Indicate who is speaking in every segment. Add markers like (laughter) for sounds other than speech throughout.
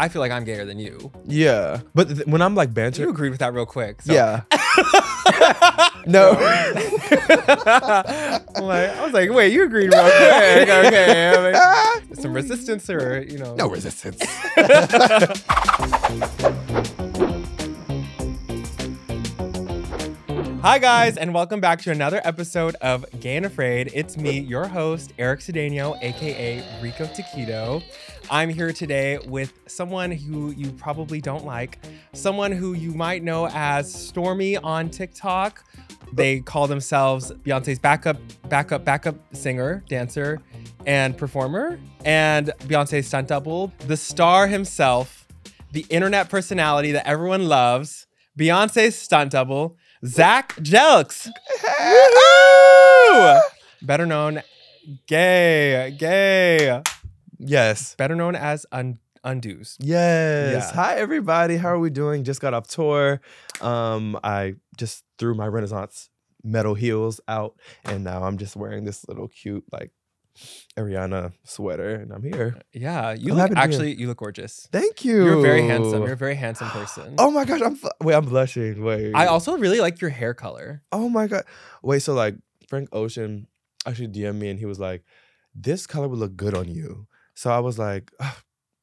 Speaker 1: I feel like I'm gayer than you.
Speaker 2: Yeah, but th- when I'm like
Speaker 1: You
Speaker 2: banter,
Speaker 1: agreed with that real quick. So.
Speaker 2: (laughs) yeah.
Speaker 1: (laughs)
Speaker 2: no,
Speaker 1: I'm like, I was like, wait, you agreed real quick. Okay. I'm like, some resistance or, you know.
Speaker 3: No resistance.
Speaker 1: Hi, guys, and welcome back to another episode of Gay and Afraid. It's me, your host, Eric Cedeno, aka Rico Taquito. I'm here today with someone who you probably don't like, someone who you might know as Stormy on TikTok. They call themselves Beyonce's backup, backup, backup singer, dancer, and performer, and Beyonce's stunt double, the star himself, the internet personality that everyone loves, Beyonce's stunt double, Zach Jelks. Woo! Better known gay, gay.
Speaker 2: yes,
Speaker 1: Better known as un- Undo's.
Speaker 2: yes.
Speaker 1: Yeah.
Speaker 2: Hi everybody, how are we doing? Just got off tour. Um, I just threw my Renaissance metal heels out, and now I'm just wearing this little cute like Ariana sweater, and I'm here.
Speaker 1: Yeah, you look
Speaker 2: I'm happy to be
Speaker 1: actually you look gorgeous.
Speaker 2: Thank you.
Speaker 1: You're very handsome. You're a very handsome person.
Speaker 2: Oh my gosh, I'm fl- wait, I'm blushing. Wait.
Speaker 1: I also really like your hair color.
Speaker 2: Oh my god. Wait, so like Frank Ocean actually DM'd me and he was like, This color would look good on you. So I was like, "Ugh,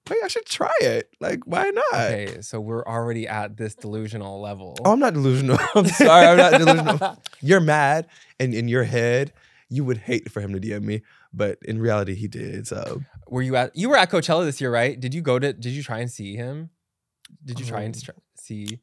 Speaker 2: wait, I should try it. Like, why not?
Speaker 1: Okay, so we're already at this delusional level. (laughs)
Speaker 2: Oh, (laughs) I'm not delusional. I'm sorry, I'm not delusional. You're mad and in your head, you would hate for him to DM me. But in reality, he did. So
Speaker 1: were you at you were at Coachella this year, right? Did you go to did you try and see him? Did you try and
Speaker 2: Um,
Speaker 1: str- see?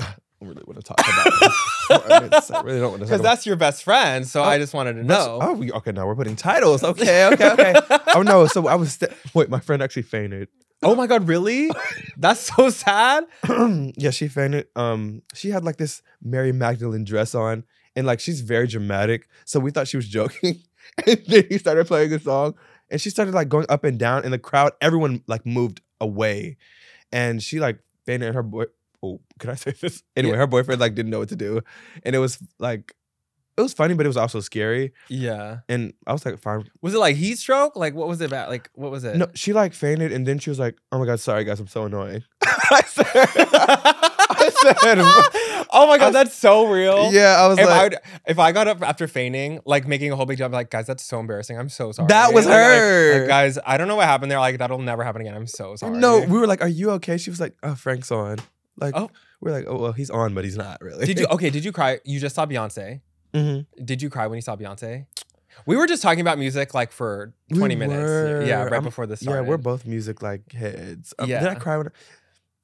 Speaker 2: I really want to talk about this. (laughs) I really don't want to
Speaker 1: Because that's your best friend, so I just wanted to know. (laughs)
Speaker 2: Oh, we, okay, now we're putting titles. Okay, okay, okay. oh no, so I was st- wait, my friend actually fainted.
Speaker 1: Oh my god, really? (laughs) That's so sad.
Speaker 2: (clears throat) yeah, she fainted. Um, she had like this Mary Magdalene dress on, and like she's very dramatic. So we thought she was joking, (laughs) and then he started playing a song, and she started like going up and down in the crowd. Everyone like moved away, and she like fainted. And her boy, oh, can I say (laughs) this? Anyway, her boyfriend like didn't know what to do, and it was like, it was funny, but it was also scary.
Speaker 1: Yeah.
Speaker 2: And I was like, fine.
Speaker 1: Was it like heat stroke? Like what was it about? Like what was it? (laughs)
Speaker 2: No, she like fainted, and then she was like, oh my god, sorry guys, I'm so annoying. I
Speaker 1: (laughs)
Speaker 2: said, I said.
Speaker 1: oh my god, that's so real.
Speaker 2: Yeah, I was
Speaker 1: If
Speaker 2: like,
Speaker 1: I would, if I got up after fainting, like making a whole big job, like guys, that's so embarrassing. I'm so sorry.
Speaker 2: That was
Speaker 1: Like, like- like,
Speaker 2: her.
Speaker 1: guys, I don't know what happened there. Like that'll never happen again. I'm so sorry.
Speaker 2: No, we were like, "Are you okay?" She was like, "Oh, Frank's on." Like,
Speaker 1: Oh.
Speaker 2: we're like, "Oh, well, he's on, but he's not
Speaker 1: (laughs)
Speaker 2: really." (laughs)
Speaker 1: did you okay? Did you cry? You just saw Beyonce.
Speaker 2: Mhm.
Speaker 1: Did you cry when you saw Beyonce? We were just talking about music like for
Speaker 2: We
Speaker 1: 20 minutes. Yeah,
Speaker 2: were.
Speaker 1: right
Speaker 2: I'm-
Speaker 1: before this
Speaker 2: Yeah,
Speaker 1: started.
Speaker 2: we're both music like heads. Um, Did I
Speaker 1: Yeah.
Speaker 2: cry when?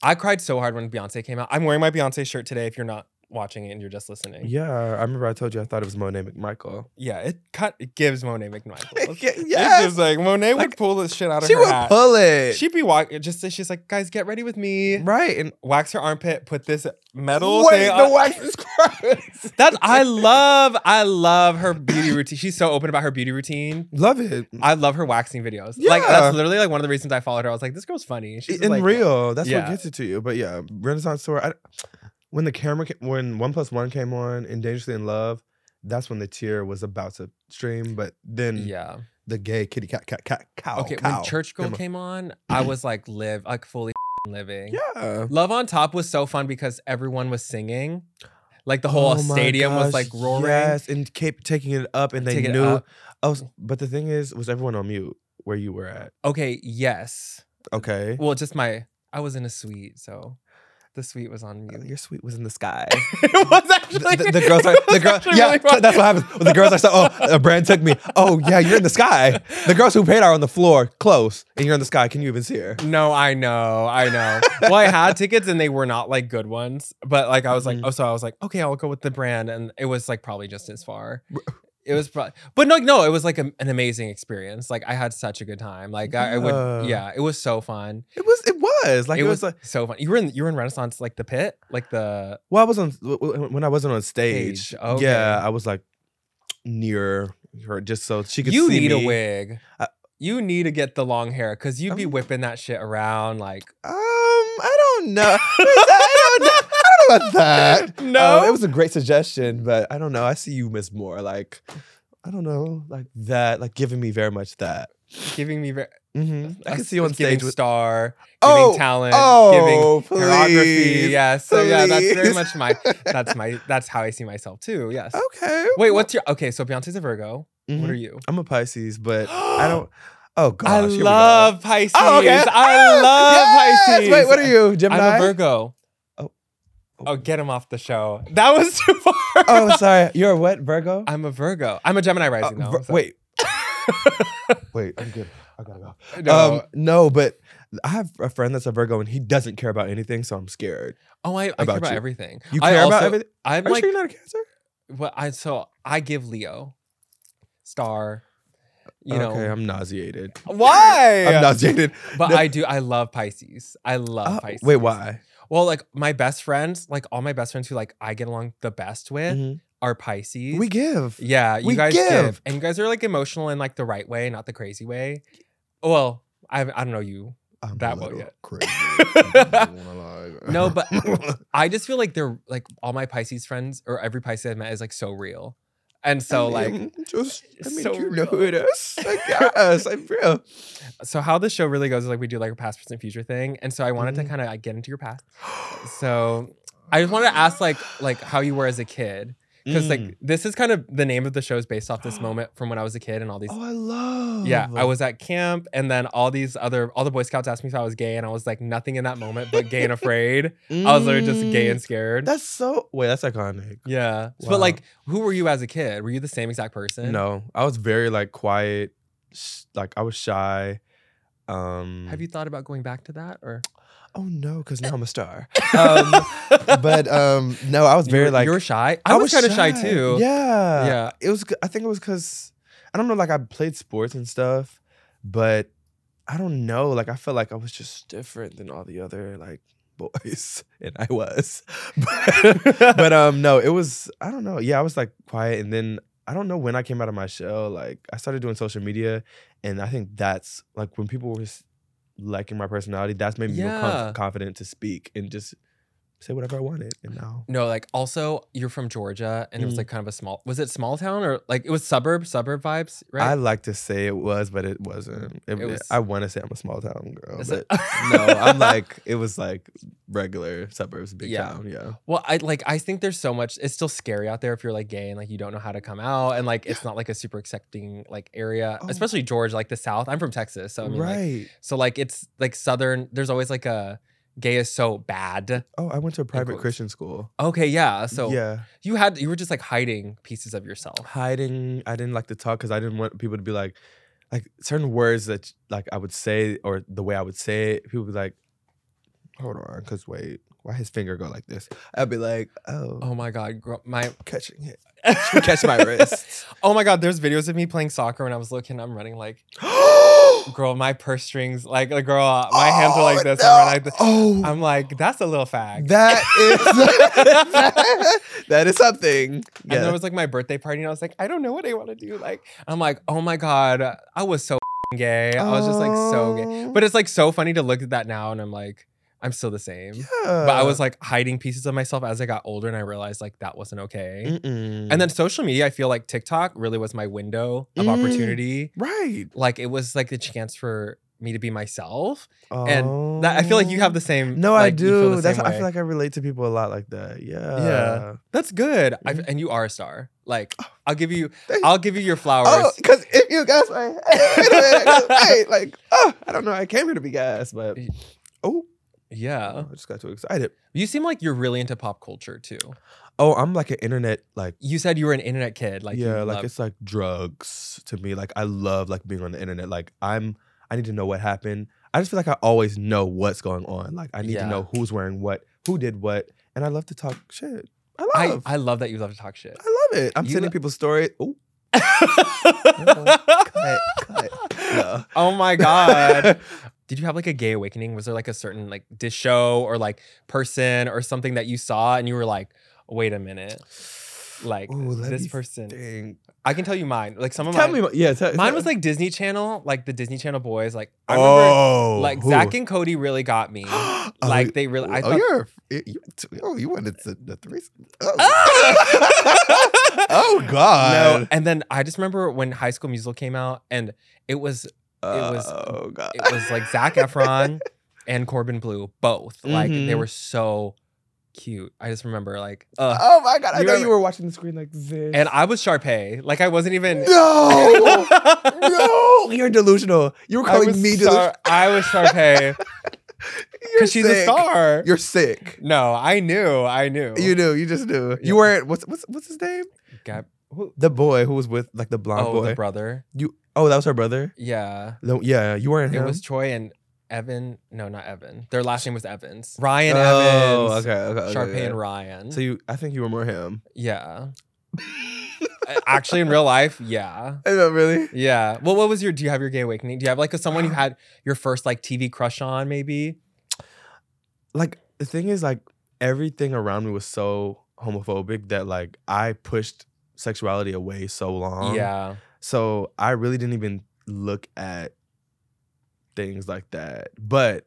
Speaker 1: I cried so hard when Beyonce came out. I'm wearing my Beyonce shirt today. If you're not watching it and you're just listening, yeah,
Speaker 2: Yeah, I remember I told you I thought it was
Speaker 1: (laughs)
Speaker 2: Monet McMichael.
Speaker 1: it cut. It gives Monet McNichol.
Speaker 2: Yeah,
Speaker 1: it's just like Monet would pull this shit out of
Speaker 2: she
Speaker 1: her
Speaker 2: would
Speaker 1: hat.
Speaker 2: pull it.
Speaker 1: She'd be walking. Just she's like, guys, get ready with me.
Speaker 2: right and
Speaker 1: Wax her armpit. Put this metal.
Speaker 2: wait,
Speaker 1: thing (laughs)
Speaker 2: the
Speaker 1: on-
Speaker 2: wax is crazy.
Speaker 1: That's
Speaker 2: (laughs)
Speaker 1: I love. I love her beauty routine. She's so open about her beauty routine.
Speaker 2: Love it.
Speaker 1: I love her waxing videos. Like
Speaker 2: Yeah.
Speaker 1: that's literally like one of the reasons I followed her. I was like, this girl's funny. She's just,
Speaker 2: in
Speaker 1: like, uh,
Speaker 2: real, that's what
Speaker 1: yeah.
Speaker 2: gets it to you. But yeah, Renaissance tour. I, when the camera, ca- when One Plus One came on, and Dangerously in Love, that's when the tear was about to stream. But then,
Speaker 1: Yeah.
Speaker 2: the gay kitty cat cat cat cow.
Speaker 1: Okay.
Speaker 2: Oh, cow.
Speaker 1: When Church Girl
Speaker 2: Come on.
Speaker 1: came on,
Speaker 2: (clears throat)
Speaker 1: I was like, live, like fully (laughs) living.
Speaker 2: Yeah.
Speaker 1: Love on Top was so fun because everyone was singing. Like the whole
Speaker 2: Oh my
Speaker 1: stadium was
Speaker 2: gosh,
Speaker 1: like roaring.
Speaker 2: Yes, and kept taking it up, and they
Speaker 1: Take it
Speaker 2: knew.
Speaker 1: up.
Speaker 2: Oh, s- but the thing is, was everyone on mute where you were at?
Speaker 1: Okay, yes.
Speaker 2: Okay.
Speaker 1: Well, just my I was in a suite, so the suite was on
Speaker 2: (laughs)
Speaker 1: mute.
Speaker 2: Your suite was in the sky.
Speaker 1: (laughs) it was
Speaker 2: The,
Speaker 1: actually
Speaker 2: (laughs) the- the girls are the girl. Yeah, so that's what happens. When the girls are so. Oh,
Speaker 1: (laughs)
Speaker 2: a brand took me. Oh yeah, you're in the sky. The girls who paid are on the floor, close, and you're in the sky. Can you even see her?
Speaker 1: No, I know, I know. well, I had tickets and they were not like good ones, but like I was like,
Speaker 2: Mhm. (laughs)
Speaker 1: oh, so I was like, okay, I'll go with the brand, and it was like probably just as far. It was probably, but no, no, it was like a, an amazing experience. Like I had such a good time. Like I, I
Speaker 2: Yeah.
Speaker 1: would, yeah, it was so fun.
Speaker 2: It was. It was like
Speaker 1: it, was,
Speaker 2: like.
Speaker 1: so fun. You were in, you were in Renaissance, like the pit, like the
Speaker 2: Well, I was on w- w- when I wasn't on stage.
Speaker 1: Stage, okay.
Speaker 2: Yeah, I was like near her, just so she could.
Speaker 1: you
Speaker 2: see
Speaker 1: need
Speaker 2: me. Uh,
Speaker 1: a wig.
Speaker 2: I-
Speaker 1: you need to get the long hair because you'd be
Speaker 2: I'm-
Speaker 1: whipping that shit around like.
Speaker 2: Um, I don't know. (laughs) I don't know. I don't know about (laughs)
Speaker 1: (laughs)
Speaker 2: that.
Speaker 1: No,
Speaker 2: Uh, it was a great suggestion, but I don't know. I see you, Miss Moore. Like, I don't know, like that, like giving me very much that.
Speaker 1: giving me. Ver-
Speaker 2: hmm I can
Speaker 1: us-
Speaker 2: see you on
Speaker 1: us giving
Speaker 2: stage with.
Speaker 1: star,
Speaker 2: Oh,
Speaker 1: giving talent,
Speaker 2: oh,
Speaker 1: giving choreography.
Speaker 2: please,
Speaker 1: Yes, so yeah, that's very
Speaker 2: please.
Speaker 1: much my. That's
Speaker 2: (laughs)
Speaker 1: my. That's how I see myself too. Yes.
Speaker 2: Okay.
Speaker 1: Wait, what's your okay? So Beyonce's a Virgo.
Speaker 2: Mhm.
Speaker 1: What are you?
Speaker 2: I'm a Pisces, but (gasps)
Speaker 1: (gasps)
Speaker 2: I don't. Oh gosh.
Speaker 1: I
Speaker 2: here we go.
Speaker 1: love Pisces.
Speaker 2: Oh, okay.
Speaker 1: I
Speaker 2: Ah,
Speaker 1: love
Speaker 2: (laughs) yes!
Speaker 1: Pisces.
Speaker 2: Wait, what are you, Gemini?
Speaker 1: I'm a Virgo.
Speaker 2: Oh.
Speaker 1: Oh. get him off the show. That was (laughs) too far.
Speaker 2: oh, sorry. You're a what? Virgo.
Speaker 1: I'm a Virgo. I'm a Gemini
Speaker 2: Uh,
Speaker 1: rising. though,
Speaker 2: Vir-
Speaker 1: so- (laughs)
Speaker 2: wait. wait. I'm good. I gotta go.
Speaker 1: No.
Speaker 2: Um, no, but I have a friend that's a Virgo and he doesn't care about anything, so I'm scared.
Speaker 1: oh, I, I
Speaker 2: about
Speaker 1: care about
Speaker 2: you.
Speaker 1: everything.
Speaker 2: You
Speaker 1: I
Speaker 2: care about
Speaker 1: also-
Speaker 2: everything?
Speaker 1: I'm
Speaker 2: Are you
Speaker 1: like,
Speaker 2: sure you're not a Cancer?
Speaker 1: well, I so I give Leo, star, you know
Speaker 2: okay, I'm nauseated.
Speaker 1: why?
Speaker 2: I'm nauseated.
Speaker 1: but
Speaker 2: No.
Speaker 1: I do. I love Pisces. I (laughs) love
Speaker 2: Oh,
Speaker 1: Pisces.
Speaker 2: wait, why?
Speaker 1: Well, like my best friends, like all my best friends who like I get along the best with
Speaker 2: Mhm.
Speaker 1: are Pisces.
Speaker 2: We give.
Speaker 1: yeah, you
Speaker 2: we
Speaker 1: guys give.
Speaker 2: give.
Speaker 1: and you guys are like emotional in like the right way, not the crazy way. Well, I I don't know you.
Speaker 3: I'm
Speaker 1: That
Speaker 3: a
Speaker 1: won't
Speaker 3: little
Speaker 1: yet. (laughs)
Speaker 3: crazy. I'm not gonna lie.
Speaker 2: (laughs)
Speaker 1: No, but- I just feel like they're like all my Pisces friends or every Pisces I've met is like so real, and so
Speaker 2: I
Speaker 1: like
Speaker 2: mean, just I mean,
Speaker 1: so
Speaker 2: you know who it
Speaker 1: real.
Speaker 2: is. I guess I'm
Speaker 1: (laughs)
Speaker 2: real.
Speaker 1: so how the show really goes is like we do like a past present future thing, and so I wanted
Speaker 2: Mhm.
Speaker 1: to kind of like, get into your past. So I just wanted to ask like like how you were as a kid. because
Speaker 2: Mm.
Speaker 1: like this is kind of the name of the show is based off
Speaker 2: (gasps)
Speaker 1: this moment from when I was a kid and all these.
Speaker 2: oh, I love.
Speaker 1: yeah, I was at camp and then all these other all the Boy Scouts asked me if I was gay and I was like nothing in that moment but gay
Speaker 2: (laughs)
Speaker 1: and afraid. I was literally just gay and
Speaker 2: Mm,
Speaker 1: scared.
Speaker 2: That's so. Wait, that's iconic.
Speaker 1: yeah,
Speaker 2: Wow.
Speaker 1: but like, who were you as a kid? Were you the same exact person?
Speaker 2: No, I was very like quiet. sh- Like I was shy. Um,
Speaker 1: Have you thought about going back to that or?
Speaker 2: Oh no, because now I'm a star.
Speaker 1: (laughs)
Speaker 2: Um, but um, no, I was
Speaker 1: You
Speaker 2: very
Speaker 1: were-
Speaker 2: like
Speaker 1: you were shy. I, was, kind of shy, too.
Speaker 2: Yeah,
Speaker 1: Yeah.
Speaker 2: It was. c- I think it was because I don't know. Like I played sports and stuff, but I don't know. Like I felt like I was just different than all the other like (laughs) boys, and I was. (laughs) But, but um, no, it was. I don't know. Yeah, I was like quiet, and then I don't know when I came out of my shell. Like I started doing social media, and I think that's like when people were s- liking my personality. That's made me more conf-
Speaker 1: Yeah.
Speaker 2: confident to speak and just say whatever I wanted. And now.
Speaker 1: (laughs) No, like also you're from Georgia and it
Speaker 2: Mm.
Speaker 1: was like kind of a small. Was it small town or like it was suburb suburb vibes?
Speaker 2: I
Speaker 1: Right.
Speaker 2: like to say it was, but it wasn't. It,
Speaker 1: It was-
Speaker 2: I want to say I'm a small town girl,
Speaker 1: Is
Speaker 2: but
Speaker 1: (laughs) it-
Speaker 2: no, I'm like it was like regular suburbs, big
Speaker 1: Yeah.
Speaker 2: town. Yeah,
Speaker 1: (laughs) Well, I like I think there's so much it's still scary out there if you're like gay and like you don't know how to come out and like it's not like a super accepting like area,
Speaker 2: Oh.
Speaker 1: especially Georgia, like the South. I'm from Texas, so I mean, like-
Speaker 2: right.
Speaker 1: so like it's like Southern. There's always like a gay is so bad.
Speaker 2: oh, I went to a private
Speaker 1: quotes.
Speaker 2: Christian school.
Speaker 1: Okay, yeah. So
Speaker 2: yeah,
Speaker 1: you had you were just like hiding pieces of yourself.
Speaker 2: hiding. I didn't like to talk because I didn't want people to be like, like certain words that like I would say or the way I would say it. People would be like, hold on, cause wait, why his finger go like this? I'd be like, oh,
Speaker 1: Oh my god, girl,
Speaker 2: (laughs)
Speaker 1: my
Speaker 2: catching it, catch
Speaker 1: (gasps)
Speaker 2: my (gasps) wrist.
Speaker 1: (laughs) Oh my god, there's videos of me playing soccer when I was looking. I'm running like, girl, my purse strings, like, like, girl, my hands are like
Speaker 2: Oh,
Speaker 1: this.
Speaker 2: no.
Speaker 1: I'm, running like this.
Speaker 2: oh,
Speaker 1: I'm like, that's a little fag.
Speaker 2: That
Speaker 1: (laughs)
Speaker 2: is (laughs) that is something.
Speaker 1: And
Speaker 2: Yeah.
Speaker 1: there was like my birthday party, and I was like, I don't know what I want to do. Like, I'm like, oh my god, I was so gay. I was just like so gay. But it's like so funny to look at that now, and I'm like, I'm still the same. But I was like hiding pieces of myself as I got older, and I realized like that wasn't okay.
Speaker 2: Oh.
Speaker 1: And then social media, I feel like TikTok really was my window of
Speaker 2: Mm.
Speaker 1: opportunity.
Speaker 2: right,
Speaker 1: Like it was like the chance for me to be myself, and that, I feel like you have the same.
Speaker 2: Mm. No, I
Speaker 1: like, you feel
Speaker 2: do.
Speaker 1: the
Speaker 2: That's
Speaker 1: same
Speaker 2: I feel
Speaker 1: way.
Speaker 2: like I relate to people a lot like that. Yeah,
Speaker 1: that's good. I,
Speaker 2: Mhm.
Speaker 1: and you are a star. Like I'll give you,
Speaker 2: Oh, Thank-
Speaker 1: I'll give you your flowers.
Speaker 2: Oh, because if you guys like, (laughs) wait a minute, 'cause, wait, like, oh, I don't know, I came here to be guys, but
Speaker 1: Y-
Speaker 2: oh,
Speaker 1: Yeah.
Speaker 2: I just got too excited.
Speaker 1: You seem like you're really into pop culture too.
Speaker 2: Oh, I'm like an internet like.
Speaker 1: You said you were an internet kid. Like
Speaker 2: yeah,
Speaker 1: you
Speaker 2: like
Speaker 1: love-
Speaker 2: it's like drugs to me. Like I love like being on the internet. Like I'm I need to know what happened. I just feel like I always know what's going on. Like I need to
Speaker 1: Yeah.
Speaker 2: know who's wearing what, who did what, and I love to talk shit. I
Speaker 1: I,
Speaker 2: love. I,
Speaker 1: I love that you love to talk shit.
Speaker 2: (laughs) love it. I'm
Speaker 1: You
Speaker 2: sending
Speaker 1: lo-
Speaker 2: people stories. Oh, Cut,
Speaker 1: (laughs)
Speaker 2: cut. No.
Speaker 1: Oh my god.
Speaker 2: (laughs)
Speaker 1: Did you have like a gay awakening? Was there like a certain like dish show or like person or something that you saw and you were like, wait a minute, like
Speaker 2: Ooh, let
Speaker 1: this
Speaker 2: me
Speaker 1: person?
Speaker 2: Dang.
Speaker 1: I can tell you mine. Like some of
Speaker 2: Tell
Speaker 1: mine.
Speaker 2: me, yeah. Tell,
Speaker 1: mine
Speaker 2: tell-
Speaker 1: was like Disney Channel, like the Disney Channel boys. Like I remember,
Speaker 2: oh,
Speaker 1: like
Speaker 2: (gasps)
Speaker 1: Zach and Cody really got me. like they really, I
Speaker 3: oh,
Speaker 1: thought.
Speaker 3: you're, you, you- oh, you wanted to, the threesome. Oh,
Speaker 1: (laughs)
Speaker 2: (laughs) oh God.
Speaker 1: No, and then I just remember when High School Musical came out, and it was it was-
Speaker 2: Oh God.
Speaker 1: it was like Zach Efron and Corbin Blue, both. Like they
Speaker 2: Mhm.
Speaker 1: were so cute. I just remember like, uh,
Speaker 2: (laughs) Oh my God. I
Speaker 1: You
Speaker 2: know
Speaker 1: remember-
Speaker 2: you were watching the screen like this.
Speaker 1: and I was Sharpay. Like I wasn't even. (laughs)
Speaker 2: no, no, you're delusional. You were
Speaker 1: I
Speaker 2: calling
Speaker 1: was
Speaker 2: me delusional.
Speaker 1: Shar- I was
Speaker 2: (laughs)
Speaker 1: Sharpay
Speaker 2: You're
Speaker 1: because she's a
Speaker 3: sick.
Speaker 1: star.
Speaker 3: You're sick.
Speaker 1: no, I knew, I knew.
Speaker 3: You knew. You just knew.
Speaker 1: Yeah.
Speaker 3: You weren't. What's what's what's his name?
Speaker 1: Gab- who-
Speaker 2: The boy who was with like the blonde
Speaker 1: oh,
Speaker 2: boy.
Speaker 1: the brother.
Speaker 2: you. Oh, that was her brother.
Speaker 1: Yeah,
Speaker 2: No, yeah, you weren't him.
Speaker 1: it was Troy and Evan. No, not Evan. Their last name was Evans. Ryan
Speaker 2: oh,
Speaker 1: Evans.
Speaker 2: okay, okay, okay.
Speaker 1: Sharpay
Speaker 2: okay.
Speaker 1: and Ryan.
Speaker 2: So you, I think you were more him. (laughs)
Speaker 1: yeah. Actually, in real life, yeah.
Speaker 2: I know, really.
Speaker 1: Yeah. Well, what was your? Do you have your gay awakening? Do you have like a, someone
Speaker 2: (gasps)
Speaker 1: you had your first like TV crush on? Maybe.
Speaker 2: Like the thing is, like everything around me was so homophobic that like I pushed sexuality away so long.
Speaker 1: yeah.
Speaker 2: So I really didn't even look at things like that. But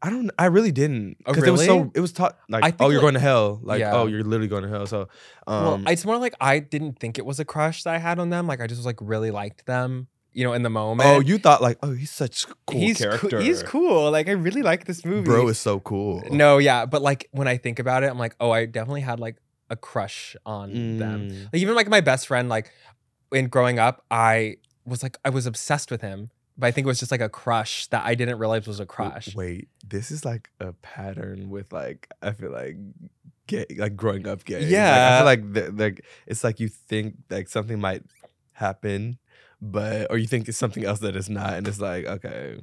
Speaker 2: I don't. I really didn't
Speaker 1: Oh,
Speaker 2: it was
Speaker 1: really?
Speaker 2: so. It was taught like,
Speaker 1: I
Speaker 2: oh,
Speaker 1: think,
Speaker 2: you're
Speaker 1: like-
Speaker 2: going to hell. Like,
Speaker 1: Yeah.
Speaker 2: oh, you're literally going to hell. So, um,
Speaker 1: well, it's more like I didn't think it was a crush that I had on them. Like I just was like really liked them. You know, in the moment.
Speaker 2: oh, you thought like, oh, he's such a cool
Speaker 1: he's coo-
Speaker 2: character.
Speaker 1: he's cool. Like I really like this movie.
Speaker 2: Bro is so cool.
Speaker 1: no, yeah, but like when I think about it, I'm like, oh, I definitely had like a crush on them.
Speaker 2: Mm.
Speaker 1: Like even like my best friend, like in growing up, I was like I was obsessed with him, but I think it was just like a crush that I didn't realize was a
Speaker 2: W-
Speaker 1: crush.
Speaker 2: Wait, this is like a pattern with like I feel like gay, like growing up gay.
Speaker 1: Yeah.
Speaker 2: like, I feel like the, like it's like you think like something might happen, but or you think it's something else that it's not, and it's like okay,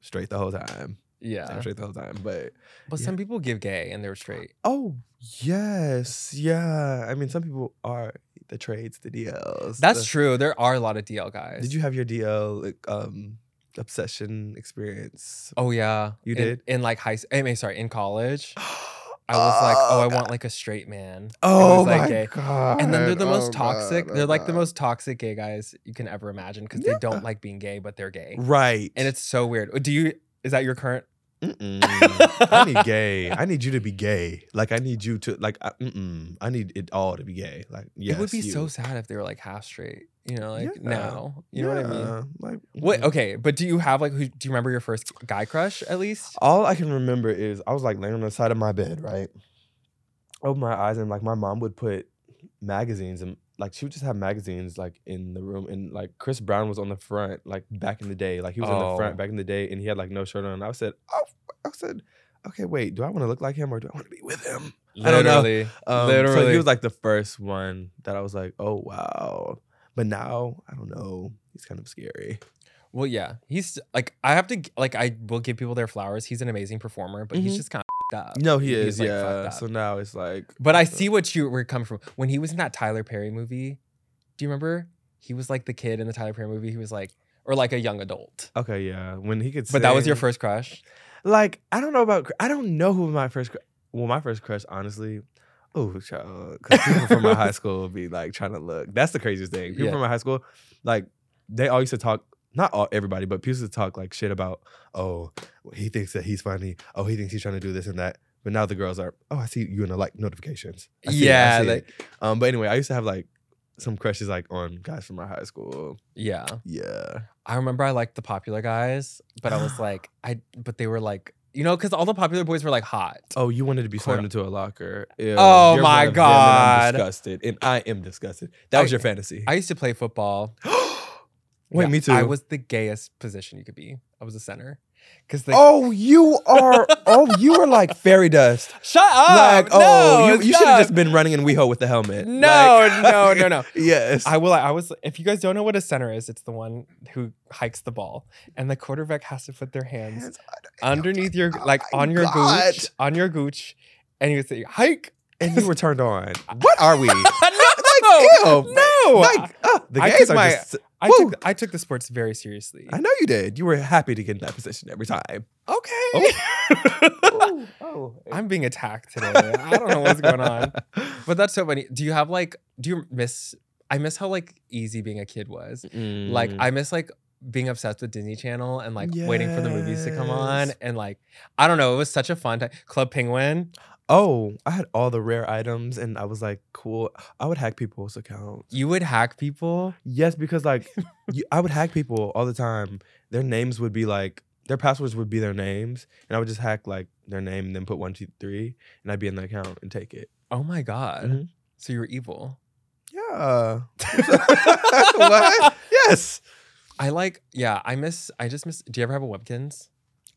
Speaker 2: straight the whole time,
Speaker 1: yeah.
Speaker 2: I'm straight the whole time. But
Speaker 1: But
Speaker 2: Yeah.
Speaker 1: some people give gay and they're straight.
Speaker 2: oh yes, yeah. I mean, some people are the trades, the DLs.
Speaker 1: That's
Speaker 2: the-
Speaker 1: true. There are a lot of DL guys.
Speaker 2: Did you have your DL like, um obsession experience? (gasps)
Speaker 1: Oh yeah,
Speaker 2: You
Speaker 1: In-
Speaker 2: did?
Speaker 1: in like high. s- I mean, sorry, in college, I was like, oh, I
Speaker 2: God.
Speaker 1: want like a straight man.
Speaker 2: Oh
Speaker 1: was, like,
Speaker 2: my
Speaker 1: gay.
Speaker 2: god!
Speaker 1: And then they're the
Speaker 3: God,
Speaker 1: most
Speaker 3: oh
Speaker 1: toxic.
Speaker 3: God, oh
Speaker 1: they're like the
Speaker 3: God.
Speaker 1: most toxic gay guys you can ever imagine because they
Speaker 2: Yeah.
Speaker 1: don't like being gay, but they're gay,
Speaker 2: right,
Speaker 1: and it's so weird. Do you? Is that your current?
Speaker 2: Mm-mm.
Speaker 1: (laughs)
Speaker 2: I need gay. I need you to be gay. Like I need you to like. I, mm-mm. I need it all to be gay. Like yes,
Speaker 1: it would be
Speaker 2: you.
Speaker 1: so sad if they were like half straight. You know, like
Speaker 2: Yeah.
Speaker 1: now. You know what I mean?
Speaker 2: Yeah, Like
Speaker 1: What?
Speaker 2: mm.
Speaker 1: Okay, but do you have like? Who, do you remember your first guy crush at least?
Speaker 2: All I can remember is I was like laying on the side of my bed, right? Open my eyes and like my mom would put magazines and like she would just have magazines like in the room and like Chris Brown was on the front like back in the day like he was on the
Speaker 1: Oh.
Speaker 2: front back in the day and he had like no shirt on. I said, oh, I said, okay, wait, do I want to look like him or do I want to be with him? I don't know.
Speaker 1: Literally.
Speaker 2: Um, So
Speaker 1: Literally.
Speaker 2: he was like the first one that I was like, oh wow. But now I don't know. He's kind of scary.
Speaker 1: Well, yeah, he's like I have to g- like I will give people their flowers. He's an amazing performer, but he's
Speaker 2: Mhm.
Speaker 1: just kind of up.
Speaker 2: No, he
Speaker 1: He's,
Speaker 2: is.
Speaker 1: like,
Speaker 2: yeah.
Speaker 1: fucked
Speaker 2: So
Speaker 1: up.
Speaker 2: now it's like. uh,
Speaker 1: But I see what you were coming from when he was in that Tyler Perry movie. Do you remember? He was like the kid in the Tyler Perry movie. He was like, or like a young adult.
Speaker 2: Okay, yeah. When he could.
Speaker 1: But that was your
Speaker 2: sing-
Speaker 1: first crush.
Speaker 2: Like I don't know about. cr- I don't know who my first. cr- Well, my first crush, honestly. Oh, child. Because people from
Speaker 1: (laughs)
Speaker 2: my high school would be like trying to look. That's the craziest thing. People
Speaker 1: Yeah.
Speaker 2: from my high school, like they all used to talk. Not all everybody, but people used to talk like shit about. Oh, he thinks that he's funny. Oh, he thinks he's trying to do this and that. But now the girls are. Oh, I see you in the like notifications. I see it, I
Speaker 1: yeah,
Speaker 2: see it."
Speaker 1: like
Speaker 2: Um, but anyway, I used to have like some crushes like on guys from my high school.
Speaker 1: yeah.
Speaker 2: Yeah.
Speaker 1: I remember I liked the popular guys, but I was
Speaker 2: (gasps)
Speaker 1: like, I but they were like, you know, because all the popular boys were like hot.
Speaker 2: Oh, you wanted to be
Speaker 1: Cor-
Speaker 2: slammed into a locker. Ew,
Speaker 1: Oh
Speaker 2: you're
Speaker 1: my
Speaker 2: one of them, and
Speaker 1: God.
Speaker 2: I'm disgusted, and I am disgusted. That was
Speaker 1: I-
Speaker 2: your fantasy.
Speaker 1: I used to play football.
Speaker 2: (gasps) Wait,
Speaker 1: Yeah,
Speaker 2: me too.
Speaker 1: I was the gayest position you could be. I was a center because they
Speaker 2: oh, you
Speaker 1: (laughs)
Speaker 2: are. oh, you were like fairy dust.
Speaker 1: Shut up!
Speaker 2: like, oh,
Speaker 1: no,
Speaker 2: you, you should have just been running in WeHo with the helmet.
Speaker 1: No,
Speaker 2: Like-
Speaker 1: no, no,
Speaker 2: (laughs)
Speaker 1: no.
Speaker 2: yes.
Speaker 1: I will. I was. If you guys don't know what a center is, it's the one who hikes the ball, and the quarterback has to put their hands underneath your,
Speaker 2: Oh
Speaker 1: like
Speaker 2: my
Speaker 1: on your
Speaker 2: God.
Speaker 1: gooch,
Speaker 2: (laughs)
Speaker 1: on your gooch, and you would say hike.
Speaker 2: and you were turned on.
Speaker 1: (laughs)
Speaker 2: (laughs)
Speaker 1: What
Speaker 2: Are
Speaker 1: (laughs)
Speaker 2: we?
Speaker 1: no, No,
Speaker 3: Ew.
Speaker 1: no.
Speaker 3: Like, uh, the
Speaker 1: I
Speaker 3: gays
Speaker 1: took
Speaker 3: are
Speaker 1: my-
Speaker 3: just.
Speaker 1: I took
Speaker 3: Woo.
Speaker 1: I took the sports very seriously.
Speaker 3: I know you did. You were happy to get in that position every time. Okay. (laughs)
Speaker 1: (laughs) I'm being attacked today. I oh, don't know what's
Speaker 3: (laughs)
Speaker 1: going
Speaker 2: (laughs)
Speaker 1: on, but that's so funny. Do you have like? Do you miss? I miss how like easy being a kid was.
Speaker 3: Mm.
Speaker 1: Like I miss like being obsessed with Disney Channel and like waiting for the movies to come on
Speaker 3: Yes.
Speaker 1: and like I don't know. It was such a fun time. Club Penguin.
Speaker 2: oh, I had all the rare items, and I was like, cool. I would hack people's accounts.
Speaker 1: You would hack people.
Speaker 2: Yes, because like you, I would hack people all the time. Their names would be like their passwords would be their names, and I would just hack like their name and then put one two three, and I'd be in the account and take it.
Speaker 1: Oh my god.
Speaker 3: Mm-hmm.
Speaker 2: Mhm.
Speaker 1: So you were evil.
Speaker 2: (laughs)
Speaker 3: yeah. what? Yes.
Speaker 1: I like. Yeah. I miss. I just miss. Do you ever have a Webkins?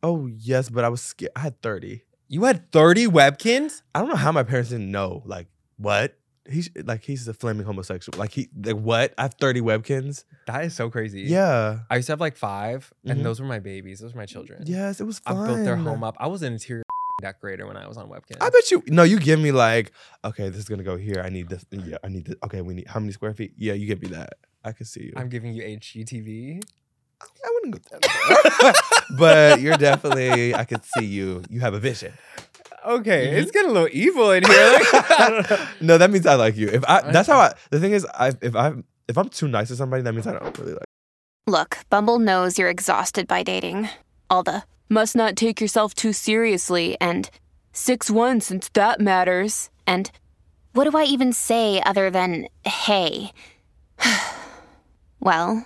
Speaker 2: Oh yes, but I was scared. I had thirty.
Speaker 1: You had thirty Webkins.
Speaker 2: I don't know how my parents didn't know. Like what? He's like he's a flaming homosexual. Like he like what? I have thirty webkins.
Speaker 1: That is so crazy.
Speaker 2: Yeah.
Speaker 1: I used to have like 5
Speaker 2: Mhm.
Speaker 1: and those were my babies. Those were my children.
Speaker 2: Yes, it was
Speaker 1: I
Speaker 2: fun.
Speaker 1: built their home up. I was an interior (laughs) decorator when I was on Webkin.
Speaker 2: I bet you. No, you give me like, okay, this is gonna go here. I need this. Yeah, I need this. Okay, we need how many square feet? Yeah, you give me that. I can see you.
Speaker 1: I'm giving you HGTV.
Speaker 2: I wouldn't go that
Speaker 1: (laughs)
Speaker 2: far. but you're definitely. I could see you. You have a vision.
Speaker 1: Okay,
Speaker 2: Mhm.
Speaker 1: it's getting a little evil in here.
Speaker 2: (laughs)
Speaker 1: Like, I don't know.
Speaker 2: no, that means I like you. If I,
Speaker 1: I-
Speaker 2: that's how I. The thing is, I if I if I'm too nice to somebody, that means I don't really like.
Speaker 4: Look, Bumble knows you're exhausted by dating. All the must not take yourself too seriously and 6 1 since that matters. And what do I even say other than hey? (sighs) well,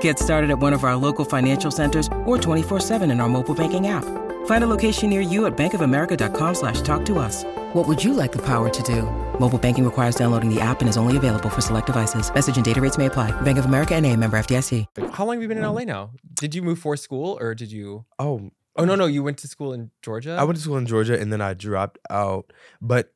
Speaker 5: Get started at one of our local financial centers or 24-7 in our mobile banking app. Find a location near you at bankofamerica.com slash talk to us. What would you like the power to do? Mobile banking requires downloading the app and is only available for select devices. Message and data rates may apply. Bank of America and a member FDIC.
Speaker 1: (laughs) How long have you been in LA now? Did you move for school or did you?
Speaker 2: Oh,
Speaker 1: Oh no, no, you went to school in Georgia.
Speaker 2: I went to school in Georgia and then I dropped out. But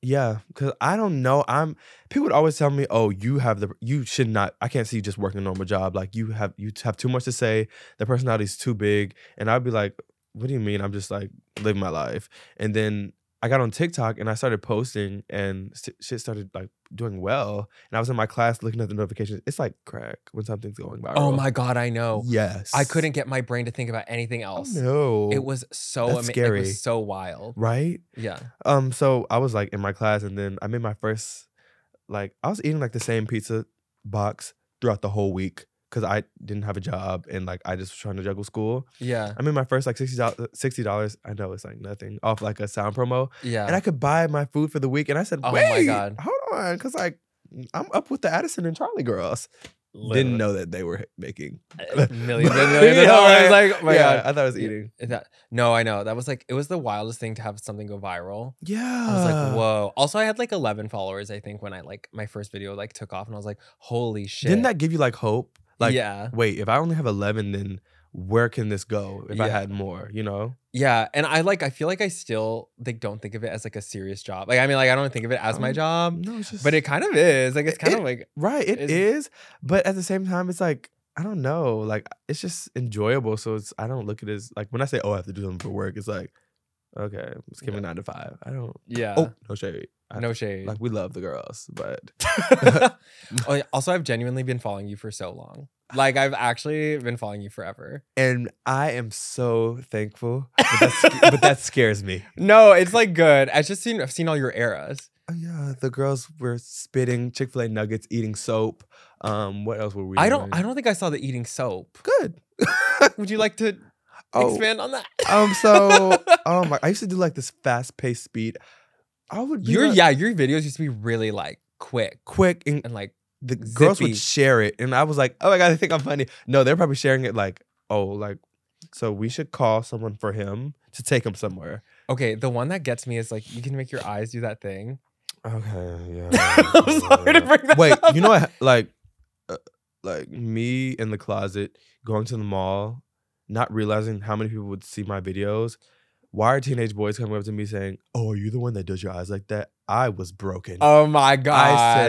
Speaker 2: yeah, because I don't know. I'm people would always tell me, "Oh, you have the you should not. I can't see you just working a normal job. Like you have you have too much to say. The personality's too big." And I'd be like, "What do you mean? I'm just like living my life." And then I got on TikTok and I started posting, and s- shit started like doing well. And I was in my class looking at the notifications. It's like crack when something's going viral.
Speaker 1: Oh my god, I know.
Speaker 2: Yes,
Speaker 1: I couldn't get my brain to think about anything else.
Speaker 2: No,
Speaker 1: It was so
Speaker 2: That's
Speaker 1: ama- It
Speaker 2: scary.
Speaker 1: was so wild.
Speaker 2: right.
Speaker 1: Yeah.
Speaker 2: Um, so I was like in my class, and then I made my first like I was eating like the same pizza box throughout the whole week because I didn't have a job and like I just was trying to juggle school.
Speaker 1: Yeah.
Speaker 2: I made my first like sixty dollars. Sixty dollars. I know it's like nothing off like a sound promo,
Speaker 1: Yeah.
Speaker 2: and I could buy my food for the week. And I said,
Speaker 1: Oh my
Speaker 2: "Wait,
Speaker 1: God.
Speaker 2: hold on," because like I'm up with the Addison and Charlie girls.
Speaker 1: (laughs)
Speaker 2: Didn't know that they were making.
Speaker 1: millions
Speaker 2: Yeah,
Speaker 1: and
Speaker 2: (laughs)
Speaker 1: millions of dollars.
Speaker 2: right.
Speaker 1: Like, oh my
Speaker 2: yeah,
Speaker 1: god.
Speaker 2: I thought I was eating.
Speaker 1: Is that- no, I know. That was like it was the wildest thing to have something go viral.
Speaker 2: Yeah,
Speaker 1: I was like, whoa. Also, I had like 11 followers, I think, when I like my first video like took off, and I was like, holy shit.
Speaker 2: Didn't that give you like hope? Like,
Speaker 1: yeah,
Speaker 2: wait, if I only have 11, then where can this go if I
Speaker 1: Yeah.
Speaker 2: had more, you know?
Speaker 1: yeah. And I like, I feel like I still like don't think of it as like a serious job. Like, I mean, like I don't think of it as my
Speaker 2: Um,
Speaker 1: job,
Speaker 2: No, it's just.
Speaker 1: but it kind of is. Like, it's kind
Speaker 2: it- Oh,
Speaker 1: of like
Speaker 2: Right, it
Speaker 1: is-
Speaker 2: is. But at the same time, it's like, I don't know. Like, it's just enjoyable. So it's, I don't look at it as, like, when I say, oh, I have to do something for work, it's like, okay, let's give me nine to five. I don't.
Speaker 1: yeah.
Speaker 2: oh, no shade. I-
Speaker 1: Uh, no shade. (laughs)
Speaker 2: (laughs) Like, we love the girls, but.
Speaker 1: oh, yeah. Also, I've genuinely been following you for so long. Like, I've actually been following you forever.
Speaker 2: And I am so thankful. But, that sca-
Speaker 1: (laughs)
Speaker 2: but that scares me.
Speaker 1: No, it's like good. I've just seen, I've seen all your eras.
Speaker 2: Oh, yeah, the girls were spitting Chick fil A nuggets, eating soap. Um, What else were we
Speaker 1: I don't,
Speaker 2: doing?
Speaker 1: I don't think I saw the eating soap.
Speaker 2: good. (laughs)
Speaker 1: Would you like to
Speaker 2: Oh,
Speaker 1: expand (laughs) on that?
Speaker 2: um,
Speaker 1: (laughs)
Speaker 2: so oh my, I used to do like this fast paced speed. I would be
Speaker 1: your
Speaker 2: like,
Speaker 1: yeah, your videos used to be really like quick
Speaker 2: quick, and
Speaker 1: and like
Speaker 2: the girls
Speaker 1: zippy.
Speaker 2: would share it, and I was like, oh my god, they think I'm funny. No, they're probably sharing it like, oh, like, so we should call someone for him to take him somewhere.
Speaker 1: okay. The one that gets me is like you can make your eyes do that
Speaker 2: (laughs)
Speaker 1: thing.
Speaker 2: Okay, yeah. (laughs)
Speaker 1: I'm sorry to bring that
Speaker 2: Wait,
Speaker 1: up. (laughs)
Speaker 2: (laughs) you know what? Like, uh, like me in the closet going to the mall, not realizing how many people would see my videos. Why are teenage boys coming up to me saying, "Oh, are you the one that does your eyes like that?" I was broken.
Speaker 1: Oh my god!
Speaker 2: I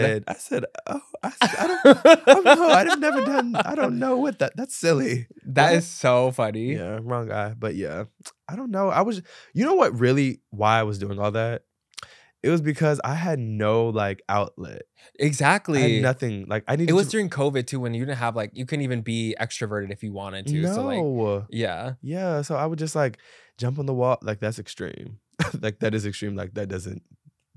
Speaker 1: (laughs)
Speaker 2: said, I said, oh, I, said, I don't, oh no, I've never done. I don't know what that. That's
Speaker 1: (laughs)
Speaker 2: silly.
Speaker 1: That is so funny.
Speaker 2: Yeah, wrong guy. But yeah, I don't know. I was, you know what, really, why I was doing all that? It was because I had no like outlet. I
Speaker 1: Exactly.
Speaker 2: had nothing. Like I needed.
Speaker 1: It was
Speaker 2: to,
Speaker 1: during COVID too, when you didn't have like you couldn't even be extroverted if you wanted to.
Speaker 2: no.
Speaker 1: So like, yeah,
Speaker 2: yeah, so I would just like jump on the wall. Like that's extreme. (laughs) like that is extreme. Like that doesn't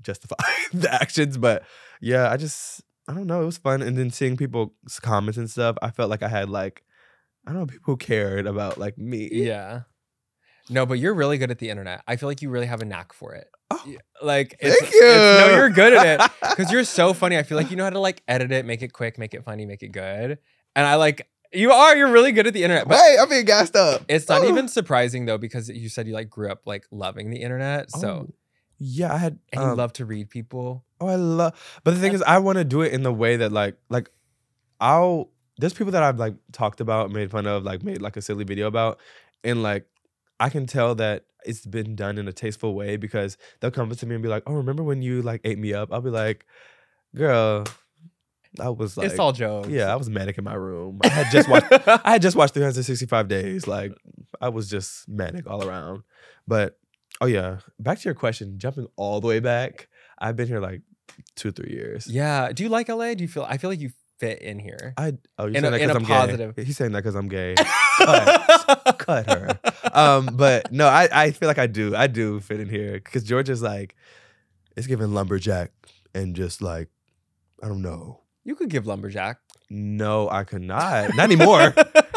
Speaker 2: justify (laughs) the actions. But yeah, I just I don't know. It was fun, and then seeing people's comments and stuff. I felt like I had like I don't know people cared about like me.
Speaker 1: yeah. No, but you're really good at the internet. I feel like you really have a knack for it.
Speaker 2: Oh,
Speaker 1: Y- Like, it's,
Speaker 2: (laughs) Thank you.
Speaker 1: it's- no, you're good
Speaker 2: (laughs)
Speaker 1: at it because you're so funny. I feel like you know how to like edit it, make it quick, make it funny, make it good. And I like you are. You're really good at the internet. But
Speaker 2: Hey, I'm being gassed up.
Speaker 1: it's not
Speaker 2: Oh.
Speaker 1: even surprising though because you said you like grew up like loving the internet. So
Speaker 2: Oh, yeah, I had.
Speaker 1: and you
Speaker 2: um,
Speaker 1: love to read people.
Speaker 2: Oh, I love. But the thing is, I want to do it in the way that like like I'll. There's people that I've like talked about, made fun of, like made like a silly video about, and like I can tell that it's been done in a tasteful way because they'll come up to me and be like, "Oh, remember when you like ate me up?" I'll be like, "Girl, I was like."
Speaker 1: it's all jokes.
Speaker 2: yeah, I was manic in my room. I
Speaker 1: (laughs)
Speaker 2: had just watched I had just watched 365 days. Like I was just manic all around. But oh yeah, back to your question, jumping all the way back. I've been here like two, three years.
Speaker 1: Yeah. Do you like LA? Do you feel? I feel like you fit in here.
Speaker 2: I oh you're
Speaker 1: In
Speaker 2: saying
Speaker 1: a-
Speaker 2: that
Speaker 1: in a
Speaker 2: because I'm
Speaker 1: positive-
Speaker 2: gay. He's saying that because
Speaker 1: (laughs)
Speaker 2: I'm gay. Cut. Cut her. Um, but no, I, I feel like I do. I do fit in here because Georgia's like, it's giving lumberjack and just like, I don't know.
Speaker 1: You could give lumberjack.
Speaker 2: No, I could not.
Speaker 1: (laughs)
Speaker 2: Not anymore.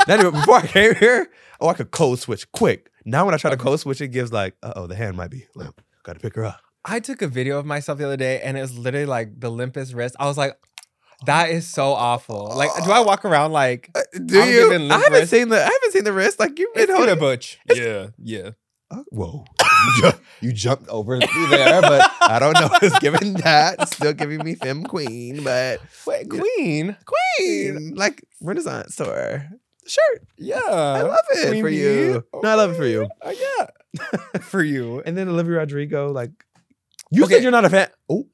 Speaker 2: Not even before I came here. Oh, I could code switch quick. Now when I try to code switch, it gives like, uh oh, the hand might be limp. Got to pick her up.
Speaker 1: I took a video of myself the other day, and it was literally like the limpest wrist. I was like, that is so awful. Like, do I walk around like
Speaker 2: Uh, do
Speaker 1: I'm
Speaker 2: you?
Speaker 1: giving
Speaker 2: I
Speaker 1: limp
Speaker 2: haven't
Speaker 1: wrist.
Speaker 2: seen the. I haven't seen the wrist. Like you've been
Speaker 1: it's
Speaker 2: holding.
Speaker 1: a butch? Yeah, yeah.
Speaker 2: Uh, whoa.
Speaker 3: You, ju- you jumped over there, but I don't know. It's giving that. It's still giving me femme queen, but
Speaker 1: Wait, queen.
Speaker 2: Queen, like Renaissance store shirt.
Speaker 1: Yeah,
Speaker 2: I love it
Speaker 1: Queen
Speaker 2: for
Speaker 1: bee.
Speaker 2: you. No, I love it for you.
Speaker 1: Oh, yeah,
Speaker 2: (laughs)
Speaker 1: for you.
Speaker 2: And then Olivia Rodrigo, like you
Speaker 1: Okay.
Speaker 2: said, you're not a fan. Oh,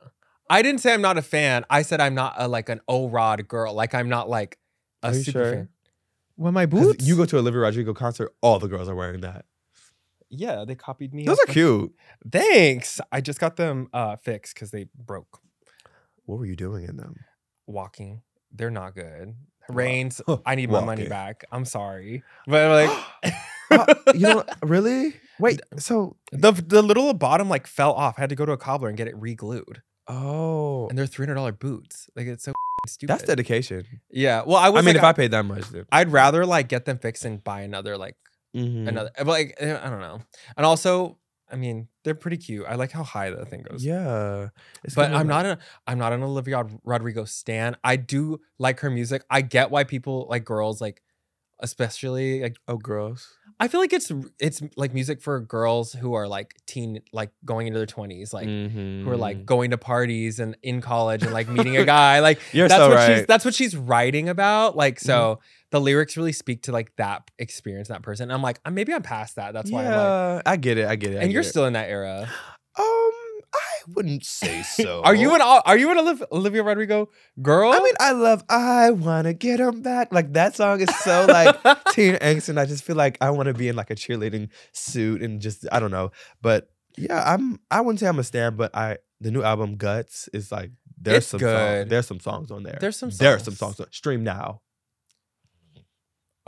Speaker 1: I didn't say I'm not a fan. I said I'm not a, like an O Rod girl. Like I'm not like a
Speaker 2: Are you
Speaker 1: super
Speaker 2: sure?
Speaker 1: fan. Well, my
Speaker 2: 'cause you go to Olivia Rodrigo concert, all the girls are wearing that.
Speaker 1: yeah, they copied me.
Speaker 2: Those
Speaker 1: off
Speaker 2: are
Speaker 1: of-
Speaker 2: cute.
Speaker 1: Thanks. I just got them uh fixed because they broke
Speaker 2: What were you doing in them?
Speaker 1: walking. They're not good.
Speaker 2: Wa-
Speaker 1: Rains.
Speaker 2: (laughs)
Speaker 1: I need my money
Speaker 2: Walking.
Speaker 1: back. I'm sorry, but like
Speaker 2: (gasps) Uh, you know,
Speaker 1: (laughs)
Speaker 2: really? Wait. So,
Speaker 1: the the little bottom like fell off. I had to go to a cobbler and get it re-glued.
Speaker 2: oh,
Speaker 1: And they're three hundred dollar boots. Like it's so stupid.
Speaker 2: that's dedication.
Speaker 1: yeah. Well, I
Speaker 2: I
Speaker 1: was.
Speaker 2: mean,
Speaker 1: like,
Speaker 2: if I paid that much, then
Speaker 1: I'd rather like get them fixed and buy another like
Speaker 2: Mhm.
Speaker 1: another but, like eh, I don't know. And also, I mean, they're pretty cute. I like how high the thing goes.
Speaker 2: Yeah, It's
Speaker 1: but
Speaker 2: gonna,
Speaker 1: I'm
Speaker 2: like-
Speaker 1: not a I'm not an Olivia Rod- Rodrigo stan. I do like her music. I get why people like girls like especially like
Speaker 2: Oh, gross.
Speaker 1: I feel like it's it's like music for girls who are like teen like going into their 20s like who are like
Speaker 2: Mhm.
Speaker 1: going to parties and in college and like
Speaker 2: (laughs)
Speaker 1: meeting a guy like
Speaker 2: You're
Speaker 1: that's
Speaker 2: so
Speaker 1: what
Speaker 2: right. Mm-hmm.
Speaker 1: she's that's what she's writing about like so the lyrics really speak to like that experience that person and i'm like "Uh, maybe i'm past that that's why i'm like
Speaker 2: yeah, I get it. I get it. I
Speaker 1: and you're
Speaker 2: get it.
Speaker 1: still in that
Speaker 2: (laughs)
Speaker 1: era (laughs)
Speaker 2: Um,
Speaker 3: I wouldn't say so.
Speaker 1: are you an are you an Oliv- olivia rodrigo girl
Speaker 2: I mean, I love I wanna get him back. Like that song is so like teen angst, and I just feel like I wanna be in like a cheerleading suit and just I don't know. But yeah, I'm I wouldn't say I'm a stan, but I the new album Guts is like there's
Speaker 1: It's
Speaker 2: some
Speaker 1: good.
Speaker 2: Song, there's some songs on there.
Speaker 1: There's some
Speaker 2: There's some
Speaker 1: songs.
Speaker 2: songs. on- Stream now.
Speaker 1: (laughs)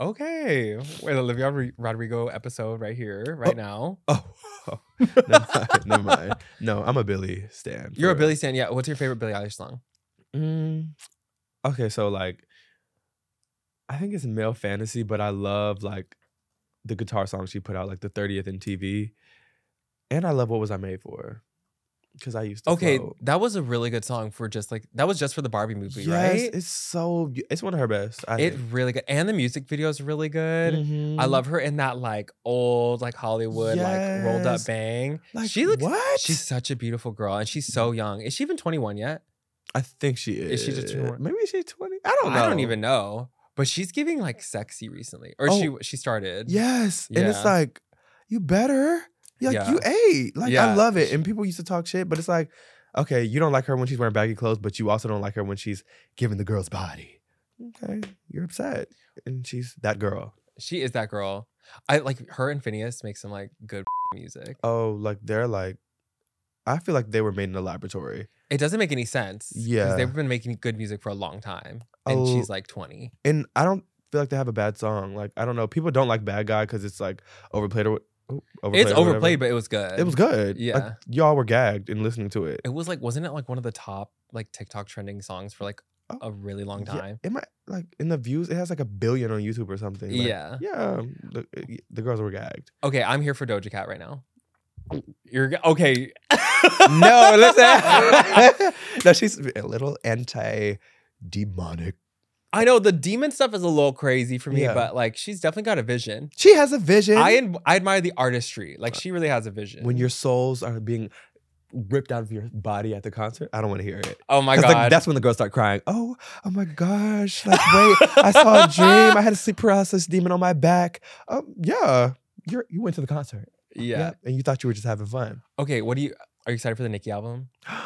Speaker 2: (laughs)
Speaker 1: okay wait olivia Ro- rodrigo episode right here right
Speaker 2: Oh.
Speaker 1: now (laughs)
Speaker 2: Oh, (laughs) never mind. Never mind. No, I'm a Billy stan.
Speaker 1: you're a
Speaker 2: for
Speaker 1: billy
Speaker 2: real.
Speaker 1: stan yeah what's your favorite billy eilish song
Speaker 2: Mm, okay, so like, I think it's male fantasy, but I love like the guitar song she put out, like the 30th and TV, and I love what was I made for, because I used to.
Speaker 1: okay
Speaker 2: float.
Speaker 1: that was a really good song for just like that was just for the barbie movie
Speaker 2: yes,
Speaker 1: right
Speaker 2: it's so beau- it's one of her best. I
Speaker 1: it
Speaker 2: think.
Speaker 1: really good and the music video is really good I Mm-hmm.
Speaker 2: Mhm.
Speaker 1: love her in that like old like Hollywood like rolled up
Speaker 2: Yes.
Speaker 1: bang.
Speaker 2: Like,
Speaker 1: she looks
Speaker 2: what?
Speaker 1: she's such a beautiful girl and she's so young. Is she even 21 yet?
Speaker 2: I think she is.
Speaker 1: Is she just twenty?
Speaker 2: Maybe she's 20. I don't know.
Speaker 1: I don't even know. But she's giving like sexy recently, or she
Speaker 2: Oh.
Speaker 1: she started.
Speaker 2: Yes. And
Speaker 1: Yeah.
Speaker 2: it's like, you better. Like,
Speaker 1: Yeah.
Speaker 2: you ate. Like,
Speaker 1: Yeah.
Speaker 2: I love it. And people used to talk shit, but it's like, okay, you don't like her when she's wearing baggy clothes, but you also don't like her when she's giving the girl's body. Okay. You're upset. And she's that girl.
Speaker 1: she is that girl. I like her and Phineas make some like good (laughs) music.
Speaker 2: Oh, like, they're like, I feel like they were made in a laboratory.
Speaker 1: It doesn't make any sense. 'cause
Speaker 2: Yeah.
Speaker 1: they've been making good music for a long time, and
Speaker 2: Oh.
Speaker 1: she's like twenty.
Speaker 2: And I don't feel like they have a bad song. Like, I don't know. People don't like Bad Guy because it's like overplayed or. oh, Overplayed
Speaker 1: it's
Speaker 2: or whatever.
Speaker 1: overplayed, but it was good.
Speaker 2: It was good. Like,
Speaker 1: Yeah.
Speaker 2: y'all were gagged and listening to it.
Speaker 1: It was like wasn't it like one of the top like TikTok trending songs for like
Speaker 2: Oh,
Speaker 1: a really long
Speaker 2: Yeah,
Speaker 1: time?
Speaker 2: it might like in the views, it has like a billion on YouTube or something. like,
Speaker 1: Yeah.
Speaker 2: Yeah. The, uh, the girls were gagged.
Speaker 1: Okay, I'm here for Doja Cat right now. You're g- okay.
Speaker 2: (laughs) no, listen. (laughs) no, she's a little anti demonic.
Speaker 1: (laughs) I know the demon stuff is a little crazy for me,
Speaker 2: Yeah.
Speaker 1: but like she's definitely got a vision.
Speaker 2: She has a vision.
Speaker 1: I ad- I admire the artistry. Like she really has a vision.
Speaker 2: when your souls are being ripped out of your body at the concert, I don't want to hear it.
Speaker 1: oh my
Speaker 2: 'Cause, like,
Speaker 1: god,
Speaker 2: that's when the girls start crying. Oh, oh my gosh. Like, wait, I saw a dream. I had a sleep paralysis demon on my back. Um, yeah. You're, you went to the concert.
Speaker 1: yeah.
Speaker 2: Yep, And you thought you were just having fun.
Speaker 1: Okay, what do you are you excited for the Nicki album?
Speaker 2: (gasps)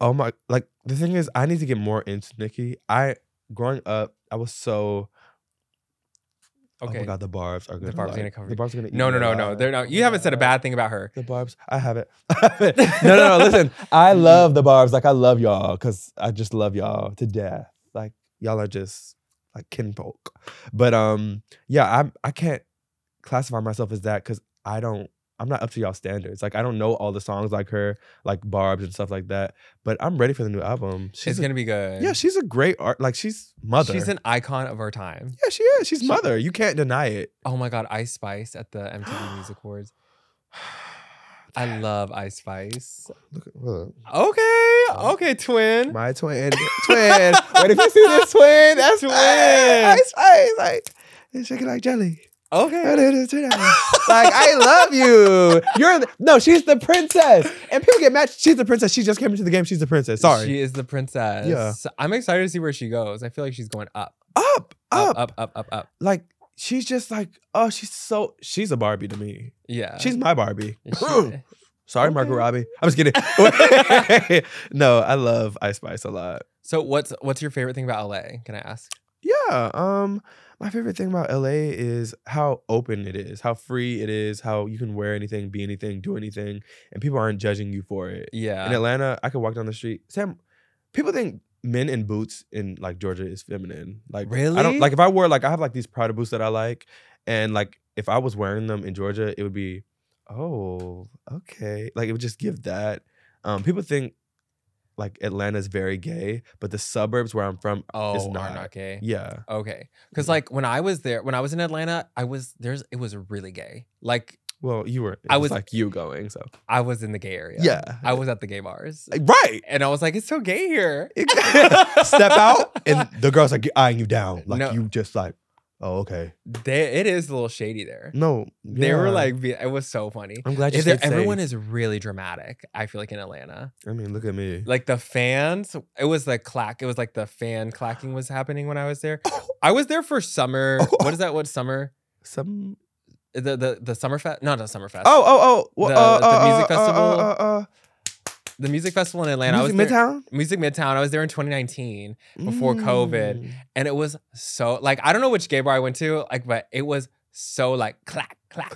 Speaker 2: Oh my like the thing is I need to get more into Nikki. I growing up, I was so
Speaker 1: Okay,
Speaker 2: oh my god, the barbs are
Speaker 1: The
Speaker 2: gonna
Speaker 1: barbs are
Speaker 2: like-
Speaker 1: gonna cover
Speaker 2: The
Speaker 1: you.
Speaker 2: barbs are gonna eat
Speaker 1: no,
Speaker 2: me
Speaker 1: no, no,
Speaker 2: alive.
Speaker 1: no. They're not.
Speaker 2: Oh
Speaker 1: You
Speaker 2: my
Speaker 1: haven't said a
Speaker 2: God.
Speaker 1: bad thing about her.
Speaker 2: The barbs, (laughs) I haven't. no,
Speaker 1: (laughs)
Speaker 2: no, no. Listen, I love the barbs. Like I love y'all because I just love y'all to death. Like y'all are just like kinfolk. But um, yeah, I'm. I can't classify myself as that because I don't. I'm not up to y'all standards. Like I don't know all the songs like her, like barbs and stuff like that. But I'm ready for the new album.
Speaker 1: She's
Speaker 2: a-
Speaker 1: gonna be good.
Speaker 2: yeah, she's a great art. Like she's mother.
Speaker 1: She's an icon of our time.
Speaker 2: yeah, she is. She's mother. You can't deny it.
Speaker 1: Oh my god, Ice Spice at the MTV
Speaker 2: (gasps)
Speaker 1: Music
Speaker 2: (sighs)
Speaker 1: Awards. I love Ice Spice.
Speaker 2: Look, at- look at-
Speaker 1: Okay, okay, twin.
Speaker 2: My twin, twin. Wait, if you see (laughs) this twin, that's
Speaker 1: Twin.
Speaker 2: twin. Ice, ice, like it's shaking like jelly.
Speaker 1: okay.
Speaker 2: like I love you. You're the, no, she's the princess, and people get mad. She's the princess. She just came into the game. She's the princess. Sorry.
Speaker 1: She is the princess.
Speaker 2: Yeah.
Speaker 1: I'm excited to see where she goes. I feel like she's going up,
Speaker 2: up,
Speaker 1: up,
Speaker 2: up,
Speaker 1: Uh, up, up, up, up.
Speaker 2: Like she's just like oh, she's so she's a Barbie to me.
Speaker 1: Yeah.
Speaker 2: She's my Barbie.
Speaker 1: Uh, She-
Speaker 2: Sorry, Margot Robbie. I'm
Speaker 1: (laughs)
Speaker 2: just kidding. (laughs) no, I love Ice Spice a lot.
Speaker 1: so what's what's your favorite thing about LA? Can I ask?
Speaker 2: Yeah. Um, my favorite thing about LA is how open it is, how free it is, how you can wear anything, be anything, do anything, and people aren't judging you for it.
Speaker 1: Yeah.
Speaker 2: In Atlanta, I could walk down the street. Sam, people think men in boots in like Georgia is feminine. Like I
Speaker 1: Really?
Speaker 2: don't like if I wore like I have like these Prada boots that I like, and like if I was wearing them in Georgia, it would be, oh, okay. Like it would just give that. Um, people think like Atlanta's very gay, but the suburbs where I'm from,
Speaker 1: oh,
Speaker 2: it's
Speaker 1: are
Speaker 2: not.
Speaker 1: not gay.
Speaker 2: yeah.
Speaker 1: Okay. Cause like when I was there, when I was in Atlanta, I was there's it was really gay. Like
Speaker 2: Well, you were. It
Speaker 1: I
Speaker 2: I
Speaker 1: was-
Speaker 2: was like you going, so
Speaker 1: I was in the gay area.
Speaker 2: Yeah.
Speaker 1: I was at the gay bars. (laughs)
Speaker 2: right.
Speaker 1: And I was like, it's so gay here.
Speaker 2: (laughs) Step out, and the girls are eyeing you down, like
Speaker 1: No.
Speaker 2: you just like, oh okay.
Speaker 1: They, it is a little shady there.
Speaker 2: No,
Speaker 1: They were
Speaker 2: yeah.
Speaker 1: like, be- it was so funny.
Speaker 2: I'm glad you
Speaker 1: If there-
Speaker 2: stayed safe.
Speaker 1: everyone is really dramatic, I feel like in Atlanta.
Speaker 2: I mean, look at me.
Speaker 1: Like the fans, it was the clack. It was like the fan clacking was happening when I was there. I was there for
Speaker 2: (laughs)
Speaker 1: summer. What is that? What summer?
Speaker 2: Some.
Speaker 1: The the, the summer fest? Not a summer fest.
Speaker 2: Oh, oh, oh. Well,
Speaker 1: The-
Speaker 2: uh,
Speaker 1: the
Speaker 2: uh,
Speaker 1: music
Speaker 2: uh,
Speaker 1: festival.
Speaker 2: Uh, uh,
Speaker 1: the music festival in
Speaker 2: uh,
Speaker 1: Atlanta.
Speaker 2: music
Speaker 1: I was there-
Speaker 2: Midtown
Speaker 1: Music Midtown. I was there in 2019. before COVID.
Speaker 2: Mm.
Speaker 1: and it was so like I don't know which gay bar I went to, like, but it was so like clack clack,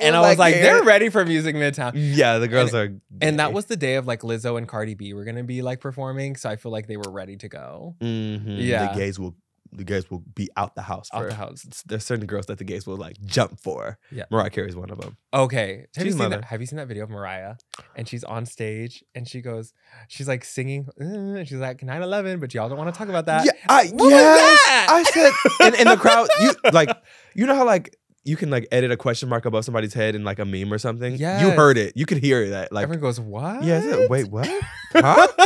Speaker 1: and
Speaker 2: (laughs)
Speaker 1: I was like, they're ready for Music Midtown.
Speaker 2: Yeah, the girls are.
Speaker 1: And that
Speaker 2: gay.
Speaker 1: was the day of like Lizzo and Cardi B were gonna be like performing, so I feel like they were ready to go
Speaker 2: Mhm.
Speaker 1: Yeah.
Speaker 2: The gays will. The gays will be out the house. For.
Speaker 1: out the house.
Speaker 2: There's certain girls that the gays will like jump for.
Speaker 1: Yeah.
Speaker 2: Mariah Carey's one of them.
Speaker 1: Okay, have you
Speaker 2: She's
Speaker 1: seen that?
Speaker 2: mother.
Speaker 1: Have you seen that video of Mariah? And she's on stage and she goes, she's like singing, "Uh," and she's like 9/11, but y'all don't want to talk about that.
Speaker 2: Yeah, I,
Speaker 1: What was
Speaker 2: yes,
Speaker 1: that?
Speaker 2: I said, and in the crowd,
Speaker 1: (laughs)
Speaker 2: you like, you know how like you can like edit a question mark above somebody's head in like a meme or something. you
Speaker 1: Yes.
Speaker 2: heard it. You could hear that. Like,
Speaker 1: Everyone goes, what?
Speaker 2: yeah, I said, wait, what? Huh?
Speaker 1: (laughs)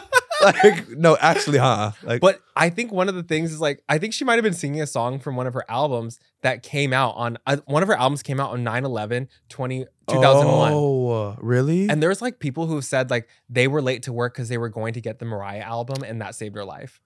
Speaker 2: like, no, actually, huh? Like,
Speaker 1: But I think one of the things is like I think she might have been singing a song from one of her albums that came out on uh, one of her albums came out on 9 11 20 2001.
Speaker 2: Oh, really?
Speaker 1: And there's like people who've said like they were late to work because they were going to get the Mariah album and that saved their life.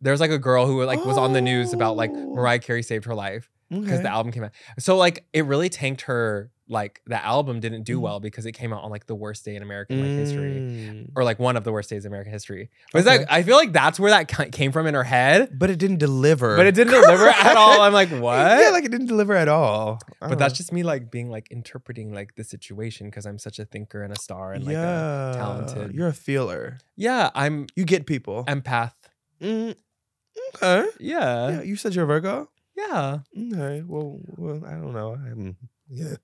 Speaker 1: There's like a girl who like was on the news about like
Speaker 2: Oh.
Speaker 1: Mariah Carey saved her life because
Speaker 2: Okay.
Speaker 1: the album came out. So like it really tanked her. Like the album didn't do well because it came out on like the worst day in American like history
Speaker 2: Mm-hmm. Mm.
Speaker 1: or like one of the worst days in American history. But
Speaker 2: Okay.
Speaker 1: it's like I feel like that's where that ca- came from in her head,
Speaker 2: But it didn't deliver.
Speaker 1: but it
Speaker 2: (laughs)
Speaker 1: didn't deliver at all. I'm like, what?
Speaker 2: Yeah, like uh-huh. it didn't deliver at all. I
Speaker 1: but
Speaker 2: don't
Speaker 1: that's
Speaker 2: know.
Speaker 1: just me like being like interpreting like the situation because I'm such a thinker and a star and like a,
Speaker 2: Oh. yeah,
Speaker 1: talented-
Speaker 2: You're a feeler.
Speaker 1: yeah I'm
Speaker 2: You get people.
Speaker 1: empath.
Speaker 2: Mm, okay.
Speaker 1: Yeah.
Speaker 2: yeah, you said you're a Virgo.
Speaker 1: Yeah.
Speaker 2: Okay. Well, well, I don't know. I'm, yeah,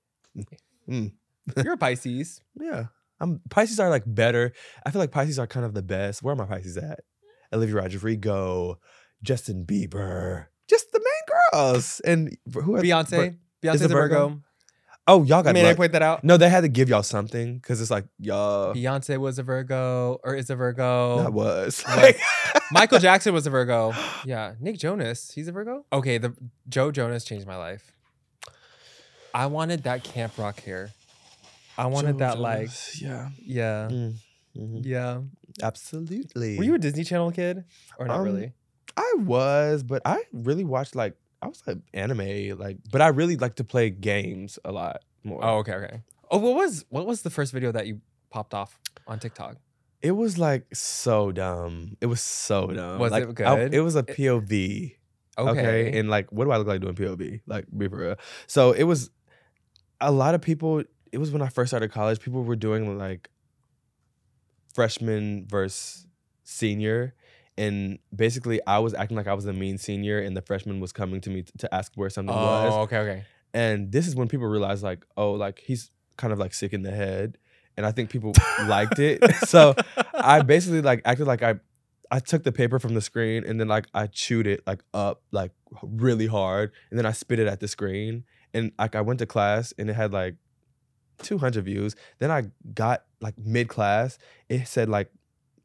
Speaker 1: You're a
Speaker 2: (laughs)
Speaker 1: Pisces.
Speaker 2: yeah. I'm Pisces are like better. I feel like Pisces are kind of the best. Where are my Pisces at? Olivia Rodrigo, Justin Bieber, just the main girls, and who else?
Speaker 1: Beyonce. Beyonce's
Speaker 2: is
Speaker 1: a
Speaker 2: a
Speaker 1: Virgo.
Speaker 2: Oh, y'all got.
Speaker 1: I mean, I
Speaker 2: luck.
Speaker 1: point that out.
Speaker 2: no, they had to give y'all something because it's like y'all.
Speaker 1: Beyonce was a Virgo or is a
Speaker 2: That
Speaker 1: Virgo.
Speaker 2: was.
Speaker 1: Was.
Speaker 2: Like,
Speaker 1: (laughs) Michael Jackson was a
Speaker 2: (gasps)
Speaker 1: Virgo. Yeah. Nick Jonas, he's a Virgo. Okay, the Joe Jonas changed my life. I wanted that camp rock hair. I wanted that
Speaker 2: (laughs)
Speaker 1: like
Speaker 2: Yeah.
Speaker 1: yeah.
Speaker 2: Mhm.
Speaker 1: Yeah.
Speaker 2: Absolutely.
Speaker 1: Were you a Disney Channel kid? Or not
Speaker 2: Um,
Speaker 1: really?
Speaker 2: I was, but I really watched like I was like anime, like but I really like to play games a lot more.
Speaker 1: Oh, okay, okay. Oh, what was what was the first video that you popped off on TikTok?
Speaker 2: It was like so dumb. It was so dumb.
Speaker 1: Was
Speaker 2: Like,
Speaker 1: it
Speaker 2: I-
Speaker 1: good?
Speaker 2: it was a POV. Okay. And like what do I look like doing POV? Like be for real. So it was a lot of people it was when I first started college, people were doing like freshman versus senior. And basically, I was acting like I was the mean senior, and the freshman was coming to me t- to ask where something was.
Speaker 1: oh, okay, okay.
Speaker 2: and this is when people realize like oh like he's kind of like sick in the head and i think (laughs) people liked it so i basically like acted like i i took the paper from the screen and then like i chewed it like up like really hard and then i spit it at the screen and like i went to class and it had like 200 views then i got like mid class it said like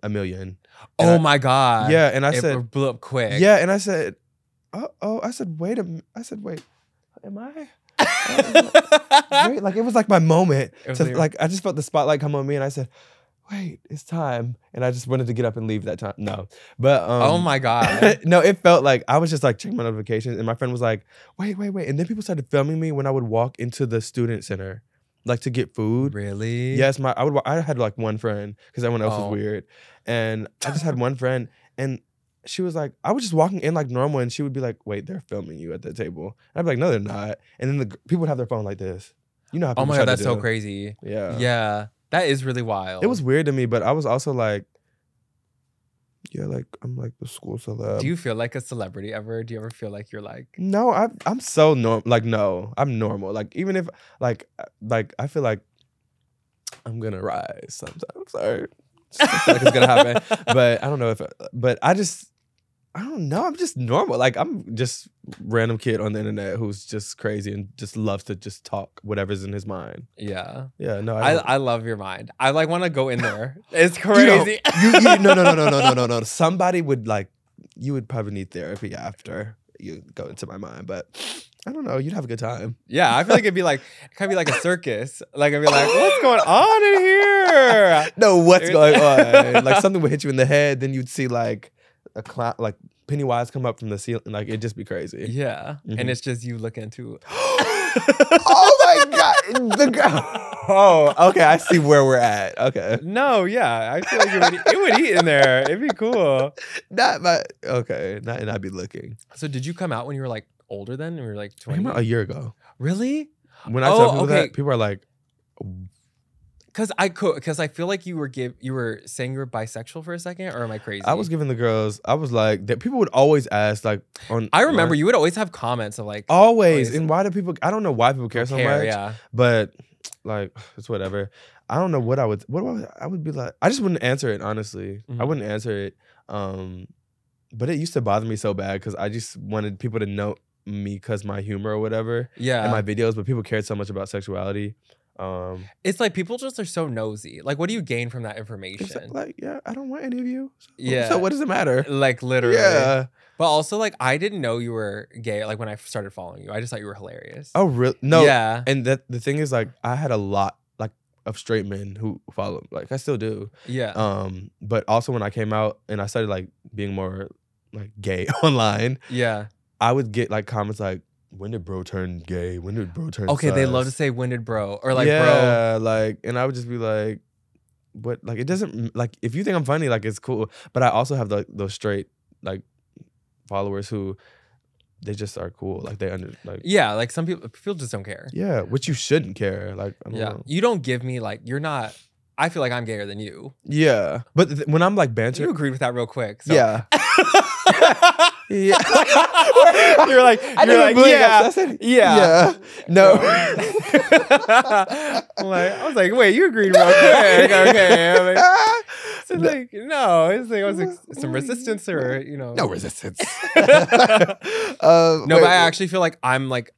Speaker 2: a million And
Speaker 1: (laughs) oh
Speaker 2: I-
Speaker 1: my god.
Speaker 2: yeah and i
Speaker 1: it
Speaker 2: said
Speaker 1: blew up quick. (laughs)
Speaker 2: yeah, and I said, "Oh, oh!" I said, "Wait a m I said, "Wait, am I?" Wait, like it was like my moment.
Speaker 1: It was
Speaker 2: to-
Speaker 1: like-
Speaker 2: like I just felt the spotlight come on me, and I said, "Wait, it's time." And I just wanted to get up and leave that time. No, but um,
Speaker 1: oh my
Speaker 2: (laughs)
Speaker 1: god.
Speaker 2: no, it felt like I was just like checking my notifications, and my friend was like, "Wait, wait, wait!" And then people started filming me when I would walk into the student center, like to get food.
Speaker 1: really?
Speaker 2: Yes, my I would wa- I had like one friend because everyone else
Speaker 1: Oh.
Speaker 2: was weird, and I just
Speaker 1: (laughs)
Speaker 2: had one friend, and she was like, I was just walking in like normal, and she would be like, "Wait, they're filming you at the table." And I'd be like, "No, they're not." And then the g- people would have their phone like this. You know how
Speaker 1: Oh
Speaker 2: people
Speaker 1: my
Speaker 2: try
Speaker 1: god,
Speaker 2: to
Speaker 1: that's so
Speaker 2: do.
Speaker 1: crazy.
Speaker 2: Yeah.
Speaker 1: yeah. That is really wild.
Speaker 2: it was weird to me, but I was also like, yeah, like I'm like the school celeb.
Speaker 1: Do you feel like a celebrity ever? Do you ever feel like you're like
Speaker 2: No, I I'm so normal. Like no, I'm normal. Like even if like uh, like I feel like I'm gonna rise sometimes. Sorry, (laughs) I feel like it's gonna happen.
Speaker 1: (laughs)
Speaker 2: But I don't know if. But I just I don't know. I'm just normal. Like I'm just random kid on the internet who's just crazy and just loves to just talk whatever's in his mind.
Speaker 1: Yeah.
Speaker 2: Yeah. No.
Speaker 1: I,
Speaker 2: I. don't-
Speaker 1: I love your mind. I like want to go in there. It's
Speaker 2: (laughs) You don't-
Speaker 1: crazy.
Speaker 2: You, you, no, no, no, no, no, no, no, no. Somebody would like, you would probably need therapy after you go into my mind, but I don't know. You'd have a good time.
Speaker 1: yeah, I feel like it'd be like it kind of be like a circus. Like I'd be like, what's
Speaker 2: (laughs)
Speaker 1: going on in here?
Speaker 2: No, what's
Speaker 1: It-
Speaker 2: going
Speaker 1: (laughs)
Speaker 2: on? like something would hit you in the head, then you'd see like a clown, like Pennywise come up from the ceiling. Like it'd just be crazy.
Speaker 1: Yeah, and
Speaker 2: Mhm.
Speaker 1: it's just you look into.
Speaker 2: (gasps) oh my god! The girl. Oh, okay. I see where we're at. Okay,
Speaker 1: No, yeah, I feel like it would, it would eat in there. It'd be cool.
Speaker 2: not my. Okay, not and I'd be looking.
Speaker 1: So did you come out when you were like older then? When you were like
Speaker 2: I remember a
Speaker 1: 20?
Speaker 2: year ago
Speaker 1: Really?
Speaker 2: when I
Speaker 1: Oh,
Speaker 2: tell people
Speaker 1: okay.
Speaker 2: that, people are like,
Speaker 1: Cause I could cause I feel like you were give you were saying you were bisexual for a second, or am I crazy?
Speaker 2: I was giving the girls. I was like, that people would always ask, like, on.
Speaker 1: I remember
Speaker 2: on-
Speaker 1: you would always have comments of like
Speaker 2: Always.
Speaker 1: Always.
Speaker 2: And why do people? I don't know why people care Oh, so
Speaker 1: care,
Speaker 2: much.
Speaker 1: yeah.
Speaker 2: but like (sighs) it's whatever. I don't know what I would what would I would be like. I just wouldn't answer it honestly. I
Speaker 1: Mhm.
Speaker 2: wouldn't answer it. Um, but it used to bother me so bad because I just wanted people to know me because my humor or whatever
Speaker 1: Yeah.
Speaker 2: and my videos. But people cared so much about sexuality. Um,
Speaker 1: It's like people just are so nosy. Like, what do you gain from that
Speaker 2: it's
Speaker 1: information?
Speaker 2: like, yeah, I don't want any of you. So,
Speaker 1: Yeah.
Speaker 2: So what does it matter?
Speaker 1: Like, literally.
Speaker 2: Yeah.
Speaker 1: But also, like, I didn't know you were gay. Like when I started following you, I just thought you were hilarious.
Speaker 2: Oh, really? No.
Speaker 1: Yeah.
Speaker 2: And that the thing is, like, I had a lot like of straight men who followed. Like, I still do.
Speaker 1: Yeah.
Speaker 2: Um, but also when I came out and I started like being more like gay (laughs) online,
Speaker 1: yeah.
Speaker 2: I would get like comments like, "When did bro turn gay? When did bro turn?"
Speaker 1: Okay. They
Speaker 2: sus?"
Speaker 1: love to say "When did bro?" or like "Bro."
Speaker 2: yeah, like, and I would just be like, "What?" Like, it doesn't m- like if you think I'm funny, like it's cool. But I also have like those straight like followers who they just are cool. Like they under like
Speaker 1: Yeah. Like some people, people just don't care.
Speaker 2: yeah, which you shouldn't care. Like I don't
Speaker 1: Yeah.
Speaker 2: know.
Speaker 1: You don't give me like you're not. I feel like I'm gayer than you.
Speaker 2: Yeah, but th- when I'm like
Speaker 1: You
Speaker 2: bantering,
Speaker 1: agreed with that real quick. So.
Speaker 2: yeah, (laughs) yeah. (laughs)
Speaker 1: you're like,
Speaker 2: I
Speaker 1: you're
Speaker 2: didn't
Speaker 1: like,
Speaker 2: believe
Speaker 1: yeah,
Speaker 2: that. I said,
Speaker 1: (laughs) yeah.
Speaker 2: (laughs) yeah. No. (laughs)
Speaker 1: I'm (laughs) like, I was like, wait, you agreed real
Speaker 2: (laughs)
Speaker 1: quick. Okay. I'm like, so like, no, it's like, I was like, some resistance or, you know.
Speaker 3: No
Speaker 2: (laughs)
Speaker 3: resistance.
Speaker 2: Um,
Speaker 1: No,
Speaker 2: Uh, wait, Mm-hmm.
Speaker 1: but I actually feel like I'm like,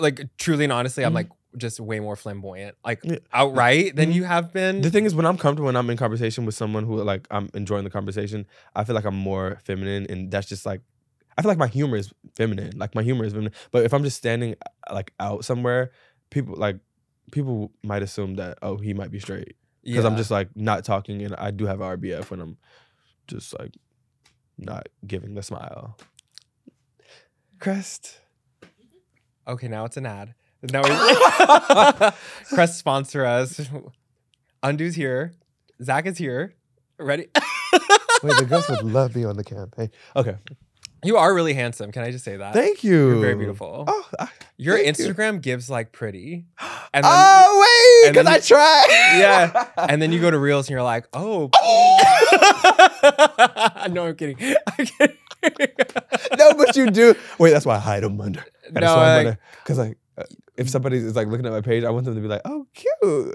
Speaker 1: like truly and honestly, I'm like just way more flamboyant, like
Speaker 2: Yeah.
Speaker 1: outright than
Speaker 2: Mhm.
Speaker 1: you have been.
Speaker 2: The thing is, when I'm comfortable and I'm in conversation with someone who like I'm enjoying the conversation, I feel like I'm more feminine, and that's just like I feel like my humor is feminine. Like my humor is feminine. But if I'm just standing uh, like out somewhere, people like people might assume that oh he might be straight because I'm
Speaker 1: Yeah.
Speaker 2: just like not talking, and I do have RBF when I'm just like not giving the smile. Crest.
Speaker 1: Okay, now it's an ad. Now
Speaker 2: (laughs)
Speaker 1: we Crest sponsor us. Undo's here. Zach is here. Ready?
Speaker 3: Wait, the girls
Speaker 2: (laughs)
Speaker 3: would love me on the campaign.
Speaker 2: Okay.
Speaker 1: (coughs) You are really handsome. Can I just say that?
Speaker 2: Thank you.
Speaker 1: You're very beautiful.
Speaker 2: Oh, I-
Speaker 1: Your
Speaker 2: thank you.
Speaker 1: Instagram gives like
Speaker 2: (gasps)
Speaker 1: pretty. And then,
Speaker 2: oh wait,
Speaker 1: and then
Speaker 2: because I
Speaker 1: you-
Speaker 2: tried.
Speaker 1: Yeah.
Speaker 2: (laughs)
Speaker 1: And then you go to Reels and you're like, oh. (laughs) no, I'm kidding. (laughs) I'm kidding.
Speaker 2: no, but you do. Wait, that's why I hide them under.
Speaker 1: No, like-
Speaker 2: because like, uh, if somebody is like looking at my page, I want them to be like, "Oh, cute."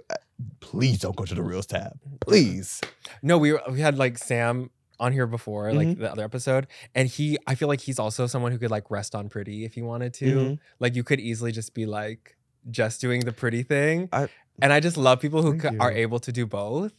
Speaker 2: Uh, Please don't go to the reels tab. Please.
Speaker 1: No, we were- we had like Sam on here before, like
Speaker 2: Mm-hmm.
Speaker 1: the other episode, and he. I feel like he's also someone who could like rest on pretty if he wanted to.
Speaker 2: Mhm.
Speaker 1: Like you could easily just be like just doing the pretty thing.
Speaker 2: I-
Speaker 1: and I just love people who
Speaker 2: Thank
Speaker 1: c- are
Speaker 2: you.
Speaker 1: able to do both.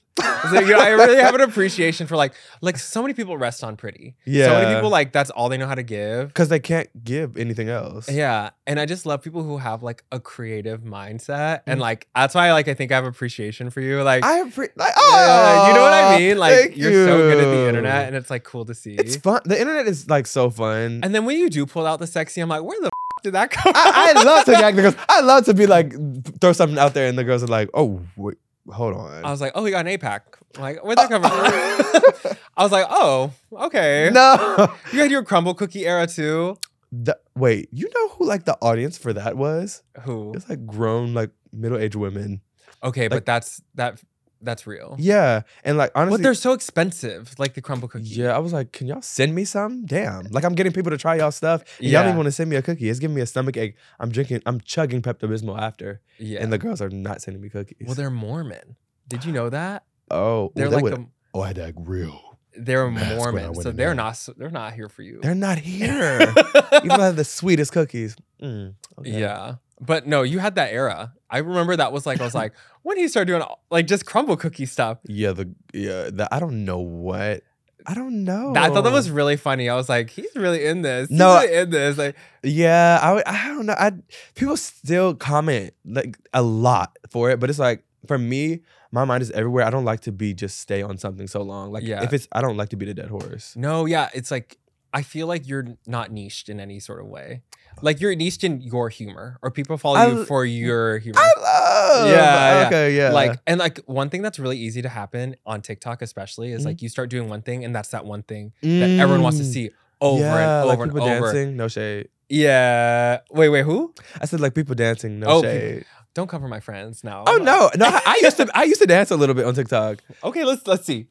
Speaker 1: So, you know, I really
Speaker 2: (laughs)
Speaker 1: have an appreciation for like like so many people rest on pretty. So many
Speaker 2: Yeah.
Speaker 1: people like that's all they know how to give.
Speaker 2: Because they can't give anything else.
Speaker 1: Yeah, and I just love people who have like a creative mindset,
Speaker 2: Mm.
Speaker 1: and like that's why like I think I have appreciation for you. Like,
Speaker 2: I appreciate. Like,
Speaker 1: uh, you know what I
Speaker 2: aw,
Speaker 1: mean? Like,
Speaker 2: thank
Speaker 1: you're so good at the
Speaker 2: you.
Speaker 1: internet, and it's like cool to see.
Speaker 2: It's fun. The internet is like so fun.
Speaker 1: And then when you do pull out the sexy, I'm like, where the f- did that come?
Speaker 2: I, I
Speaker 1: from?
Speaker 2: love to gag the girls. I love to be like throw something out there, and the girls are like, "Oh, wait, hold on."
Speaker 1: I was like, oh, he got an APAC. I'm like, where'd that come
Speaker 2: (laughs)
Speaker 1: from? I was like, oh, okay.
Speaker 2: no.
Speaker 1: You had your crumble cookie era too.
Speaker 2: The- wait, you know who like the audience for that was?
Speaker 1: Who?
Speaker 2: It's like grown, like middle aged women.
Speaker 1: Okay, but that's that. That's real.
Speaker 2: Yeah, and like honestly,
Speaker 1: But Oh. they're so expensive, like the crumble cookie.
Speaker 2: yeah, I was like, can y'all send me some? Damn, like I'm getting people to try y'all stuff. And
Speaker 1: Yeah.
Speaker 2: Y'all don't want to send me a cookie. It's giving me a stomach ache. I'm drinking. I'm chugging Pepto Bismol after,
Speaker 1: yeah.
Speaker 2: and the girls are not sending me cookies.
Speaker 1: well, they're Mormon. Did you know that?
Speaker 2: oh,
Speaker 1: They're
Speaker 2: well, they
Speaker 1: like
Speaker 2: would-
Speaker 1: a,
Speaker 3: Oh, I had that real.
Speaker 1: they're
Speaker 3: That's when I
Speaker 1: Mormon, so
Speaker 3: wouldn't
Speaker 1: they're
Speaker 3: know.
Speaker 1: not s- they're not here for you. (laughs)
Speaker 2: they're not here. Even have the sweetest cookies. Mm, okay.
Speaker 1: Yeah. But no, you had that era. I remember that was like I was
Speaker 2: (laughs)
Speaker 1: like, when he started doing all- like just crumble cookie stuff.
Speaker 2: yeah, the yeah. The, I don't know what. I don't know.
Speaker 1: That- I thought that was really funny. I was like, he's really in this. He's
Speaker 2: Oh. No,
Speaker 1: really in this. Like,
Speaker 2: Yeah, I, would- I don't know. I people still comment like a lot for it, but it's like for me, my mind is everywhere. I don't like to be just stay on something so long. Like
Speaker 1: Yeah.
Speaker 2: if it's I don't like to be the dead horse.
Speaker 1: no, yeah, it's like I feel like you're not niched in any sort of way. Like you're niched in your humor, or people follow you
Speaker 2: I-
Speaker 1: for your humor.
Speaker 2: I love.
Speaker 1: Yeah, yeah.
Speaker 2: Okay. Yeah.
Speaker 1: Like and like one thing that's really easy to happen on TikTok, especially, is like you start doing one thing, and that's that one thing that everyone wants to
Speaker 2: Mm-hmm. Mm.
Speaker 1: see over
Speaker 2: Yeah,
Speaker 1: and
Speaker 2: like
Speaker 1: over and
Speaker 2: people
Speaker 1: over.
Speaker 2: dancing. No shade.
Speaker 1: Yeah. Wait, wait, who?
Speaker 2: I said like people dancing. No
Speaker 1: Oh, people-
Speaker 2: shade.
Speaker 1: Don't cover my friends now.
Speaker 2: Oh no, no. I, I used to I used to dance a little bit on TikTok.
Speaker 1: Okay, let's let's see.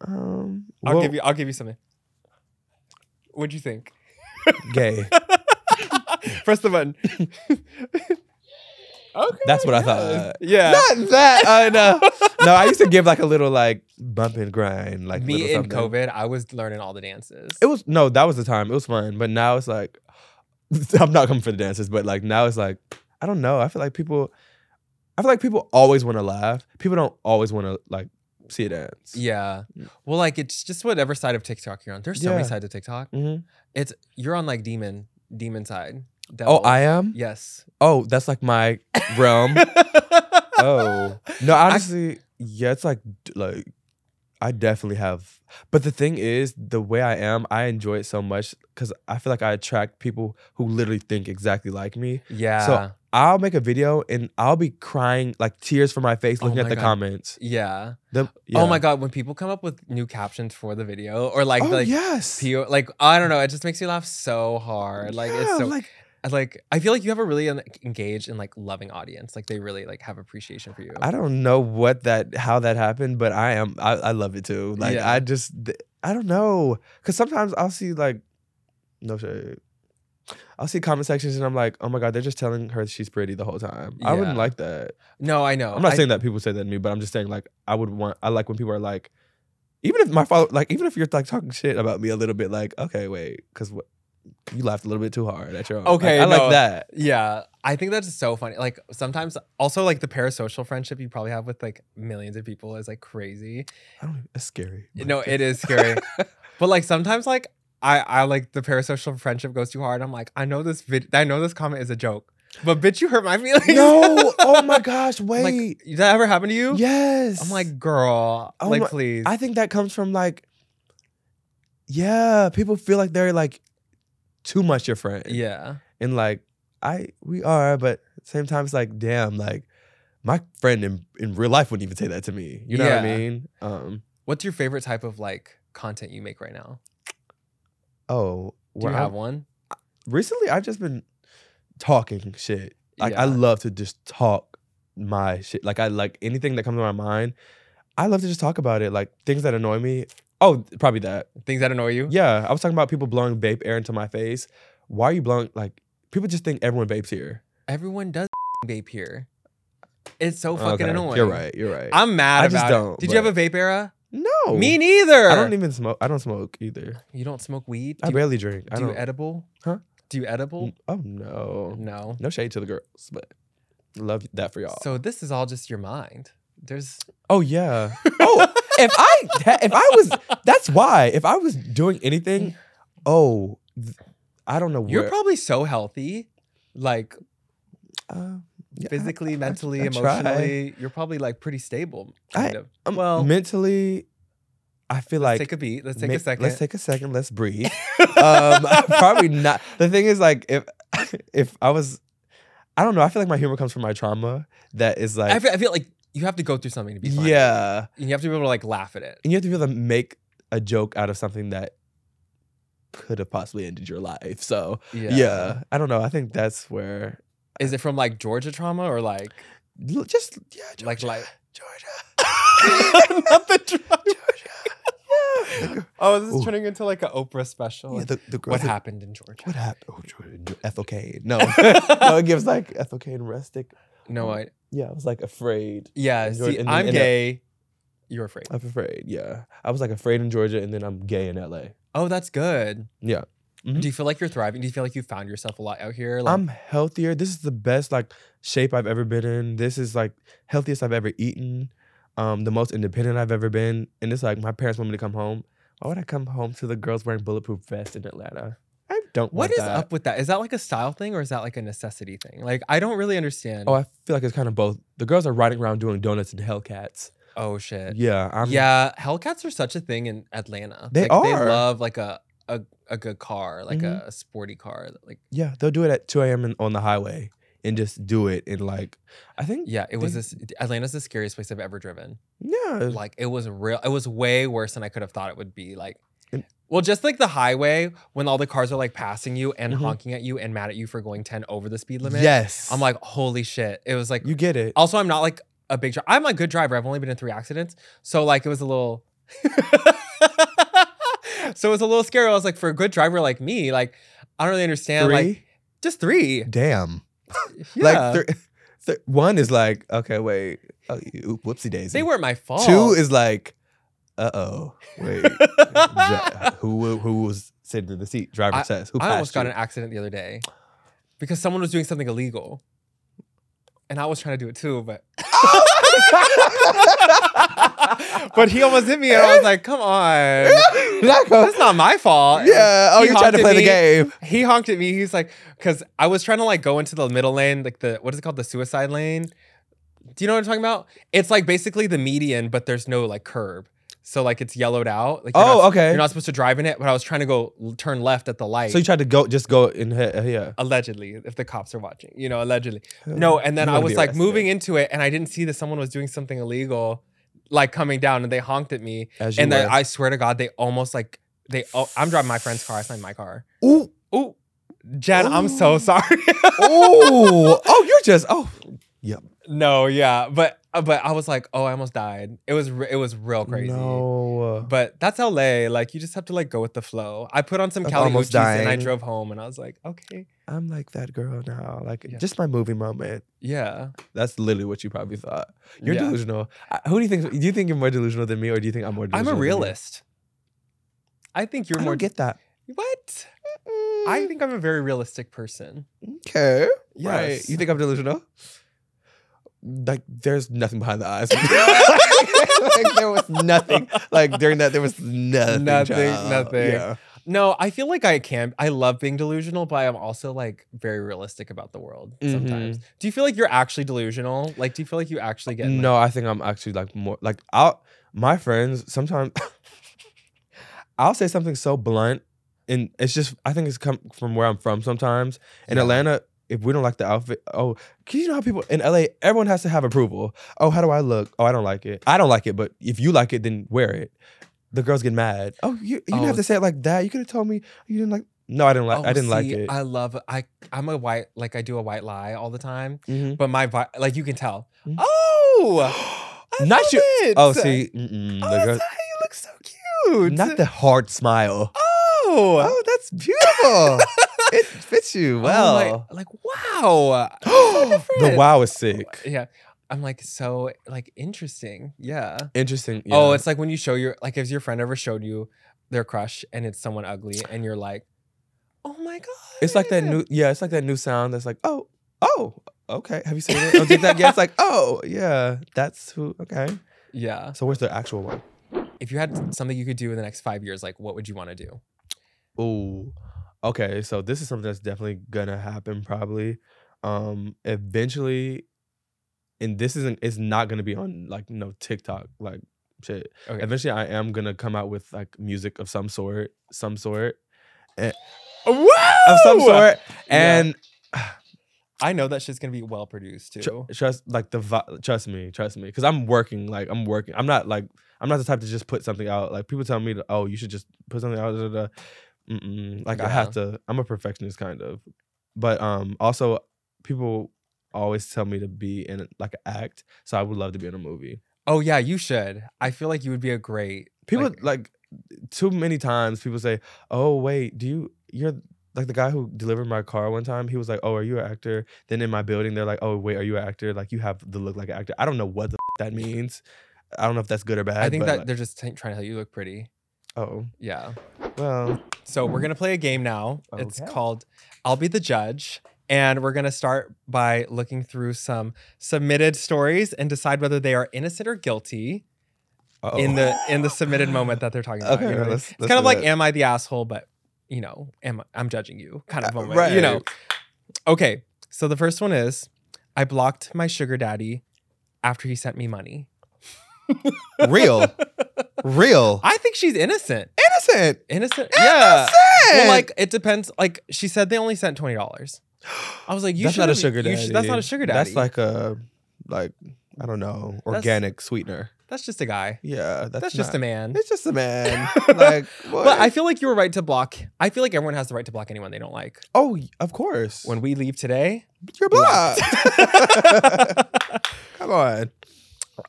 Speaker 2: Um,
Speaker 1: I'll
Speaker 2: well,
Speaker 1: give you I'll give you something. What'd you think?
Speaker 2: gay.
Speaker 1: Press the
Speaker 2: (laughs)
Speaker 1: button. okay.
Speaker 2: That's what I
Speaker 1: yes.
Speaker 2: thought.
Speaker 1: Yeah.
Speaker 2: (laughs) Not that. (laughs) I know. No, I used to give like a little like bump and grind. Like
Speaker 1: Me
Speaker 2: little
Speaker 1: in
Speaker 2: something.
Speaker 1: COVID, I was learning all the dances.
Speaker 2: It was no, that was the time. It was fun, but now it's like (laughs) I'm not coming for the dances, but like now it's like I don't know. I feel like people I feel like people always want to laugh. People don't always want to like see it dance.
Speaker 1: Yeah.
Speaker 2: Mm.
Speaker 1: Well, like it's just whatever side of TikTok you're on. There's so many
Speaker 2: Yeah.
Speaker 1: sides of TikTok.
Speaker 2: Mhm.
Speaker 1: It's you're on like demon, demon side.
Speaker 2: Oh,
Speaker 1: devil.
Speaker 2: I am. (laughs)
Speaker 1: Yes.
Speaker 2: Oh, that's like my (laughs) realm. oh no, honestly, yeah, it's like d- like I definitely have. But the thing is, the way I am, I enjoy it so much because I feel like I attract people who literally think exactly like me.
Speaker 1: Yeah.
Speaker 2: So I'll make a video and I'll be crying like tears from my face
Speaker 1: Oh
Speaker 2: looking
Speaker 1: my
Speaker 2: at the
Speaker 1: God.
Speaker 2: comments.
Speaker 1: yeah.
Speaker 2: The-
Speaker 1: Oh
Speaker 2: yeah.
Speaker 1: my god, when people come up with new captions for the video or like
Speaker 2: Oh
Speaker 1: like
Speaker 2: yes.
Speaker 1: PO, like I don't know, it just makes you laugh so hard. Like it's
Speaker 2: Yeah,
Speaker 1: so
Speaker 2: like
Speaker 1: like I feel like you have a really en- engaged and like loving audience. Like they really like have appreciation for you.
Speaker 2: I don't know what that how that happened, but I am I, I love it too. Like
Speaker 1: Yeah.
Speaker 2: I just th- I don't know because sometimes I'll see like no shade. I'll see comment sections and I'm like, oh my god, they're just telling her she's pretty the whole time. I wouldn't
Speaker 1: Yeah.
Speaker 2: like that.
Speaker 1: no, I know.
Speaker 2: I'm not
Speaker 1: I-
Speaker 2: saying that people say that to me, but I'm just saying like I would want. I like when people are like, even if my follow, like even if you're like talking shit about me a little bit, like okay, wait, because what you laughed a little bit too hard at your own. Like,
Speaker 1: Okay,
Speaker 2: I
Speaker 1: no.
Speaker 2: like that.
Speaker 1: Yeah, I think that's so funny. Like sometimes, also like the parasocial friendship you probably have with like millions of people is like crazy.
Speaker 2: I don't. It's scary.
Speaker 1: No, it is scary. but like sometimes, like I, I like the parasocial friendship goes too hard. I'm like, I know this vid- I know this comment is a joke, but bitch, you hurt my (laughs) feelings.
Speaker 2: (laughs) No. Oh my
Speaker 1: (laughs)
Speaker 2: gosh.
Speaker 1: I'm
Speaker 2: Wait.
Speaker 1: like, did that ever happen to you?
Speaker 2: Yes.
Speaker 1: I'm like, girl,
Speaker 2: Oh
Speaker 1: like
Speaker 2: my-
Speaker 1: please.
Speaker 2: I think that comes from like, yeah, people feel like they're like too much your friend.
Speaker 1: yeah.
Speaker 2: And like, I, we are, but at the same time, it's like, damn, like my friend in, in real life wouldn't even say that to me. You know what
Speaker 1: Yeah.
Speaker 2: I mean? Um,
Speaker 1: What's your favorite type of like content you make right now?
Speaker 2: oh,
Speaker 1: Do
Speaker 2: well,
Speaker 1: you
Speaker 2: I-
Speaker 1: have one?
Speaker 2: recently I've just been talking shit. Like I
Speaker 1: Yeah.
Speaker 2: love to just talk my shit. Like I like anything that comes to my mind. I love to just talk about it. Like things that annoy me. Oh, probably that.
Speaker 1: Things that annoy you?
Speaker 2: Yeah, I was talking about people blowing vape air into my face. Why are you blowing? Like, people just think everyone vapes here.
Speaker 1: Everyone does (laughs) vape here. It's so fucking
Speaker 2: Okay,
Speaker 1: annoying.
Speaker 2: You're right. You're right.
Speaker 1: I'm mad
Speaker 2: I
Speaker 1: about
Speaker 2: just
Speaker 1: it.
Speaker 2: don't,
Speaker 1: Did you have a
Speaker 2: but-
Speaker 1: vape era?
Speaker 2: no,
Speaker 1: Me neither.
Speaker 2: I don't even smoke. I don't smoke either.
Speaker 1: You don't smoke weed.
Speaker 2: I
Speaker 1: do
Speaker 2: barely drink.
Speaker 1: You,
Speaker 2: I
Speaker 1: do you
Speaker 2: don't.
Speaker 1: edible?
Speaker 2: Huh?
Speaker 1: Do you edible?
Speaker 2: Mm, oh no,
Speaker 1: No.
Speaker 2: no shade to the girls, but love that for y'all.
Speaker 1: So this is all just your mind. There's
Speaker 2: oh yeah. oh, if I if I was that's why if I was doing anything, oh, th- I don't know.
Speaker 1: Mm. you're
Speaker 2: where-
Speaker 1: probably so healthy, like
Speaker 2: uh, yeah, I-
Speaker 1: physically,
Speaker 2: I- I-
Speaker 1: mentally,
Speaker 2: I try.
Speaker 1: emotionally. You're probably like pretty stable.
Speaker 2: I-
Speaker 1: Kind of.
Speaker 2: Um,
Speaker 1: well,
Speaker 2: mentally, I feel like
Speaker 1: take a beat. Let's take
Speaker 2: Ma-
Speaker 1: a second.
Speaker 2: Let's take a second. Let's breathe. um, (laughs) I'm probably not. The thing is, like, if (laughs) if I was, I don't know. I feel like my humor comes from my trauma. That is like,
Speaker 1: I feel, I feel like you have to go through something to be funny.
Speaker 2: (laughs) yeah,
Speaker 1: And you have to be able to like laugh at it.
Speaker 2: and you have to be able to make a joke out of something that could have possibly ended your life. So yeah, I don't know. I think that's where
Speaker 1: Is it from like Georgia trauma or like
Speaker 2: l- just yeah, Georgia,
Speaker 1: like
Speaker 2: (laughs)
Speaker 1: like (laughs)
Speaker 2: Georgia, (laughs)
Speaker 1: not the trauma?
Speaker 2: Georgia. Yeah.
Speaker 1: Oh, this is
Speaker 2: Ooh.
Speaker 1: turning into like an Oprah special.
Speaker 2: Yeah,
Speaker 1: like,
Speaker 2: the, the girl-
Speaker 1: what happened in Georgia?
Speaker 2: What happened? Oh, Georgia, Ethylcane.
Speaker 1: (laughs)
Speaker 2: No, no, it gives like ethylcane rustic.
Speaker 1: No, I
Speaker 2: Yeah, I was like afraid.
Speaker 1: yeah.
Speaker 2: In
Speaker 1: See,
Speaker 2: Georgia- and then
Speaker 1: I'm
Speaker 2: in a-
Speaker 1: gay. You're afraid.
Speaker 2: I'm afraid. Yeah, I was like afraid in Georgia, and then I'm gay in LA.
Speaker 1: Oh, that's good.
Speaker 2: Yeah, Mhm.
Speaker 1: Do you feel like you're thriving? Do you feel like you found yourself a lot out here? Like,
Speaker 2: I'm healthier. This is the best like shape I've ever been in. This is like healthiest I've ever eaten. Um, the most independent I've ever been, and it's like my parents want me to come home. Why would I come home to the girls wearing bulletproof vests in Atlanta? I don't.
Speaker 1: what
Speaker 2: want
Speaker 1: is
Speaker 2: that.
Speaker 1: up with that? Is that like a style thing or is that like a necessity thing? Like, I don't really understand.
Speaker 2: Oh, I feel like it's kind of both. The girls are riding around doing donuts and Hellcats.
Speaker 1: oh shit.
Speaker 2: Yeah, I'm.
Speaker 1: yeah, Hellcats are such a thing in Atlanta.
Speaker 2: They
Speaker 1: like, They
Speaker 2: are.
Speaker 1: love like a a, a good car, like
Speaker 2: Mhm.
Speaker 1: a sporty car. Like,
Speaker 2: Yeah, they'll do it at 2 a.m. in- on the highway and just do it. And like, I think.
Speaker 1: yeah, it was
Speaker 2: they- Uh,
Speaker 1: this. Atlanta's the scariest place I've ever driven.
Speaker 2: Yeah.
Speaker 1: Like, it was real. It was way worse than I could have thought it would be. Like.
Speaker 2: And-
Speaker 1: Well, just like the highway, when all the cars are like passing you and
Speaker 2: Mhm.
Speaker 1: honking at you and mad at you for going 10 over the speed limit.
Speaker 2: Yes.
Speaker 1: I'm like, oh, holy shit. It was like
Speaker 2: you get it.
Speaker 1: Also, I'm not like a big. Dri- I'm a good driver. I've only been in three accidents, so like it was a little. (laughs) so it was a little scary. I was like, for a good driver like me, like I don't really understand. Like
Speaker 2: Three?
Speaker 1: just three.
Speaker 2: Damn.
Speaker 1: Yeah.
Speaker 2: Like, three, th- one is like, okay, wait. Oh, you- whoopsie daisy.
Speaker 1: they weren't my fault.
Speaker 2: Two
Speaker 1: (laughs)
Speaker 2: is like, uh oh. Wait. Dri- who, who was sitting in the seat? Driver says. Who
Speaker 1: I
Speaker 2: passed
Speaker 1: almost got
Speaker 2: you?
Speaker 1: in an accident the other day because someone was doing something illegal. and I was trying to do it too, but (laughs) but he almost hit me, and I was like, "Come on,
Speaker 2: (laughs)
Speaker 1: that's not my fault." And
Speaker 2: Yeah. Oh,
Speaker 1: he
Speaker 2: you tried
Speaker 1: honked
Speaker 2: to
Speaker 1: at
Speaker 2: play the
Speaker 1: me.
Speaker 2: game.
Speaker 1: He honked at me. He's like, "Cause I was trying to like go into the middle lane, like the what is it called, the suicide lane." Do you know what I'm talking about? It's like basically the median, but there's no like curb. So like it's yellowed out. Like you're
Speaker 2: Oh,
Speaker 1: not-
Speaker 2: okay.
Speaker 1: You're not supposed to drive in it, but I was trying to go l- turn left at the light.
Speaker 2: So you tried to go, just go in here. uh, here.
Speaker 1: allegedly if the cops are watching you know allegedly no and then
Speaker 2: You
Speaker 1: i
Speaker 2: wanna
Speaker 1: was
Speaker 2: be
Speaker 1: like
Speaker 2: arrested.
Speaker 1: moving into it and i didn't see that someone was doing something illegal like coming down and they honked at me
Speaker 2: As you
Speaker 1: and then
Speaker 2: were.
Speaker 1: i swear to god they almost like they oh, i'm driving my friend's car it's not my car
Speaker 2: Ooh,
Speaker 1: ooh jen i'm so sorry (laughs)
Speaker 2: ooh, oh, you're just oh,
Speaker 1: no yeah but uh, but i was like oh i almost died it was re- it was real crazy
Speaker 2: No,
Speaker 1: But that's LA. Like you just have to like go with the flow. I put on some
Speaker 2: Of
Speaker 1: Cali
Speaker 2: almost
Speaker 1: Uchis and I
Speaker 2: dying.
Speaker 1: drove home and I was like, okay,
Speaker 2: I'm like that girl now. Like
Speaker 1: Yeah.
Speaker 2: just my movie moment.
Speaker 1: yeah.
Speaker 2: That's literally what you probably thought. You're
Speaker 1: Yeah.
Speaker 2: delusional. I, who do you think? Do you think you're more delusional than me, or do you think I'm more?
Speaker 1: I'm
Speaker 2: delusional
Speaker 1: a
Speaker 2: than you?
Speaker 1: realist. I think you're
Speaker 2: I
Speaker 1: more
Speaker 2: don't get Hmm. that.
Speaker 1: What? I think I'm a very realistic person.
Speaker 2: Mm. Okay. Right.
Speaker 1: Yes.
Speaker 2: You think I'm delusional? Like there's nothing behind the (laughs) eyes. (laughs) like there was nothing. Like during that there was nothing.
Speaker 1: Nothing,
Speaker 2: child.
Speaker 1: nothing.
Speaker 2: Yeah.
Speaker 1: No, I feel like I can. I love being delusional, but I'm also like very realistic about the world
Speaker 2: Mm-hmm.
Speaker 1: sometimes. Do you feel like you're actually delusional? Like, do you feel like you actually get? like-
Speaker 2: No, I think I'm actually like more like I'll my friends sometimes (coughs) I'll say something so blunt and it's just I think it's come from where I'm from sometimes. In
Speaker 1: Yeah.
Speaker 2: Atlanta, if we don't like the outfit, oh, 'cause you know how people in LA, everyone has to have approval. Oh, how do I look? Oh, I don't like it. I don't like it, but if you like it, then wear it. The girls get mad. Oh, you you
Speaker 1: Oh.
Speaker 2: didn't have to say it like that. You could have told me you didn't like. No, I didn't like.
Speaker 1: Oh,
Speaker 2: I didn't like
Speaker 1: see,
Speaker 2: it.
Speaker 1: I love. I I'm a white. Like I do a white lie all the time,
Speaker 2: Mhm.
Speaker 1: but my vi- like you can tell.
Speaker 2: Mhm. (gasps)
Speaker 1: Oh, I
Speaker 2: Not
Speaker 1: love
Speaker 2: you-
Speaker 1: it.
Speaker 2: Oh, see, mm-mm,
Speaker 1: Oh,
Speaker 2: the
Speaker 1: that's
Speaker 2: girls,
Speaker 1: how you look so cute.
Speaker 2: not the hard smile.
Speaker 1: Oh.
Speaker 2: Oh, that's beautiful. it
Speaker 1: (laughs)
Speaker 2: fits you
Speaker 1: Well,
Speaker 2: Oh, well.
Speaker 1: like,
Speaker 2: (gasps)
Speaker 1: wow. So
Speaker 2: the
Speaker 1: different.
Speaker 2: wow is sick.
Speaker 1: Yeah. I'm like so like interesting. Yeah.
Speaker 2: Interesting.
Speaker 1: Oh,
Speaker 2: yeah.
Speaker 1: it's like when you show your like if your friend ever showed you their crush and it's someone ugly and you're like, "Oh my god."
Speaker 2: it's like that new yeah, it's like that new sound that's like, oh, oh, okay. Have you seen it? Oh, did that yeah, it's
Speaker 1: (laughs)
Speaker 2: like, oh, yeah, that's who okay.
Speaker 1: Yeah.
Speaker 2: So where's the actual one?
Speaker 1: If you had something you could do in the next 5 years, like what would you want to do?
Speaker 2: Ooh. Okay, so this is something that's definitely gonna happen probably. Um eventually and this isn't it's not gonna be on like no TikTok like shit.
Speaker 1: Okay.
Speaker 2: Eventually I am gonna come out with like music of some sort, some sort. eh,
Speaker 1: Whoa!
Speaker 2: Of some sort. And
Speaker 1: I know that shit's going to be well produced too.
Speaker 2: Tr- trust like the vi- trust me trust me because i'm working like i'm working i'm not like i'm not the type to just put something out like people tell me to, oh you should just put something out da, da, da. Mm-mm. like i have to i'm a perfectionist kind of but um also people always tell me to be in like an act so i would love to be in a movie
Speaker 1: oh yeah, you should. I feel like you would be a great
Speaker 2: people
Speaker 1: like,
Speaker 2: like, too many times people say oh wait do you you're like the guy who delivered my car one time he was like oh are you an actor then in my building they're like oh wait are you an actor like you have the look like an actor i don't know what the f- that means i don't know if that's good or bad
Speaker 1: I think
Speaker 2: but,
Speaker 1: that
Speaker 2: like,
Speaker 1: they're just t- trying to tell you look pretty.
Speaker 2: oh
Speaker 1: Yeah.
Speaker 2: well
Speaker 1: So we're gonna play a game now. It's
Speaker 2: Okay.
Speaker 1: called I'll Be the Judge. And we're gonna start by looking through some submitted stories and decide whether they are innocent or guilty
Speaker 2: uh-oh.
Speaker 1: in
Speaker 2: (laughs)
Speaker 1: the in the submitted moment that they're talking about.
Speaker 2: okay
Speaker 1: you know what I mean?
Speaker 2: let's,
Speaker 1: it's kind of like am I the asshole, but you know, am I, I'm judging you kind of
Speaker 2: Uh,
Speaker 1: moment. You know.
Speaker 2: right.
Speaker 1: Okay. So the first one is I blocked my sugar daddy after he sent me money.
Speaker 3: real,
Speaker 2: (laughs)
Speaker 3: real,
Speaker 1: I think she's innocent.
Speaker 3: innocent.
Speaker 1: Innocent? Yeah. Well,
Speaker 3: Innocent!
Speaker 1: like it depends. Like she said, they only sent twenty dollars. I was like, you
Speaker 2: that's not a
Speaker 1: should've-
Speaker 2: sugar
Speaker 1: you
Speaker 2: daddy
Speaker 1: should- that's not a sugar daddy.
Speaker 2: that's like a like i don't know organic sweetener
Speaker 1: that's just a guy.
Speaker 2: yeah that's,
Speaker 1: That's, just
Speaker 2: not-
Speaker 1: a man.
Speaker 3: It's just a
Speaker 1: (laughs)
Speaker 3: man. like, what?
Speaker 1: Mm-hmm. But I feel like you were right to block. I feel like everyone has the right to block anyone they don't like.
Speaker 2: oh y- of course
Speaker 1: When we leave
Speaker 2: (laughs)
Speaker 1: today, (laughs)
Speaker 3: you're blocked.
Speaker 2: come on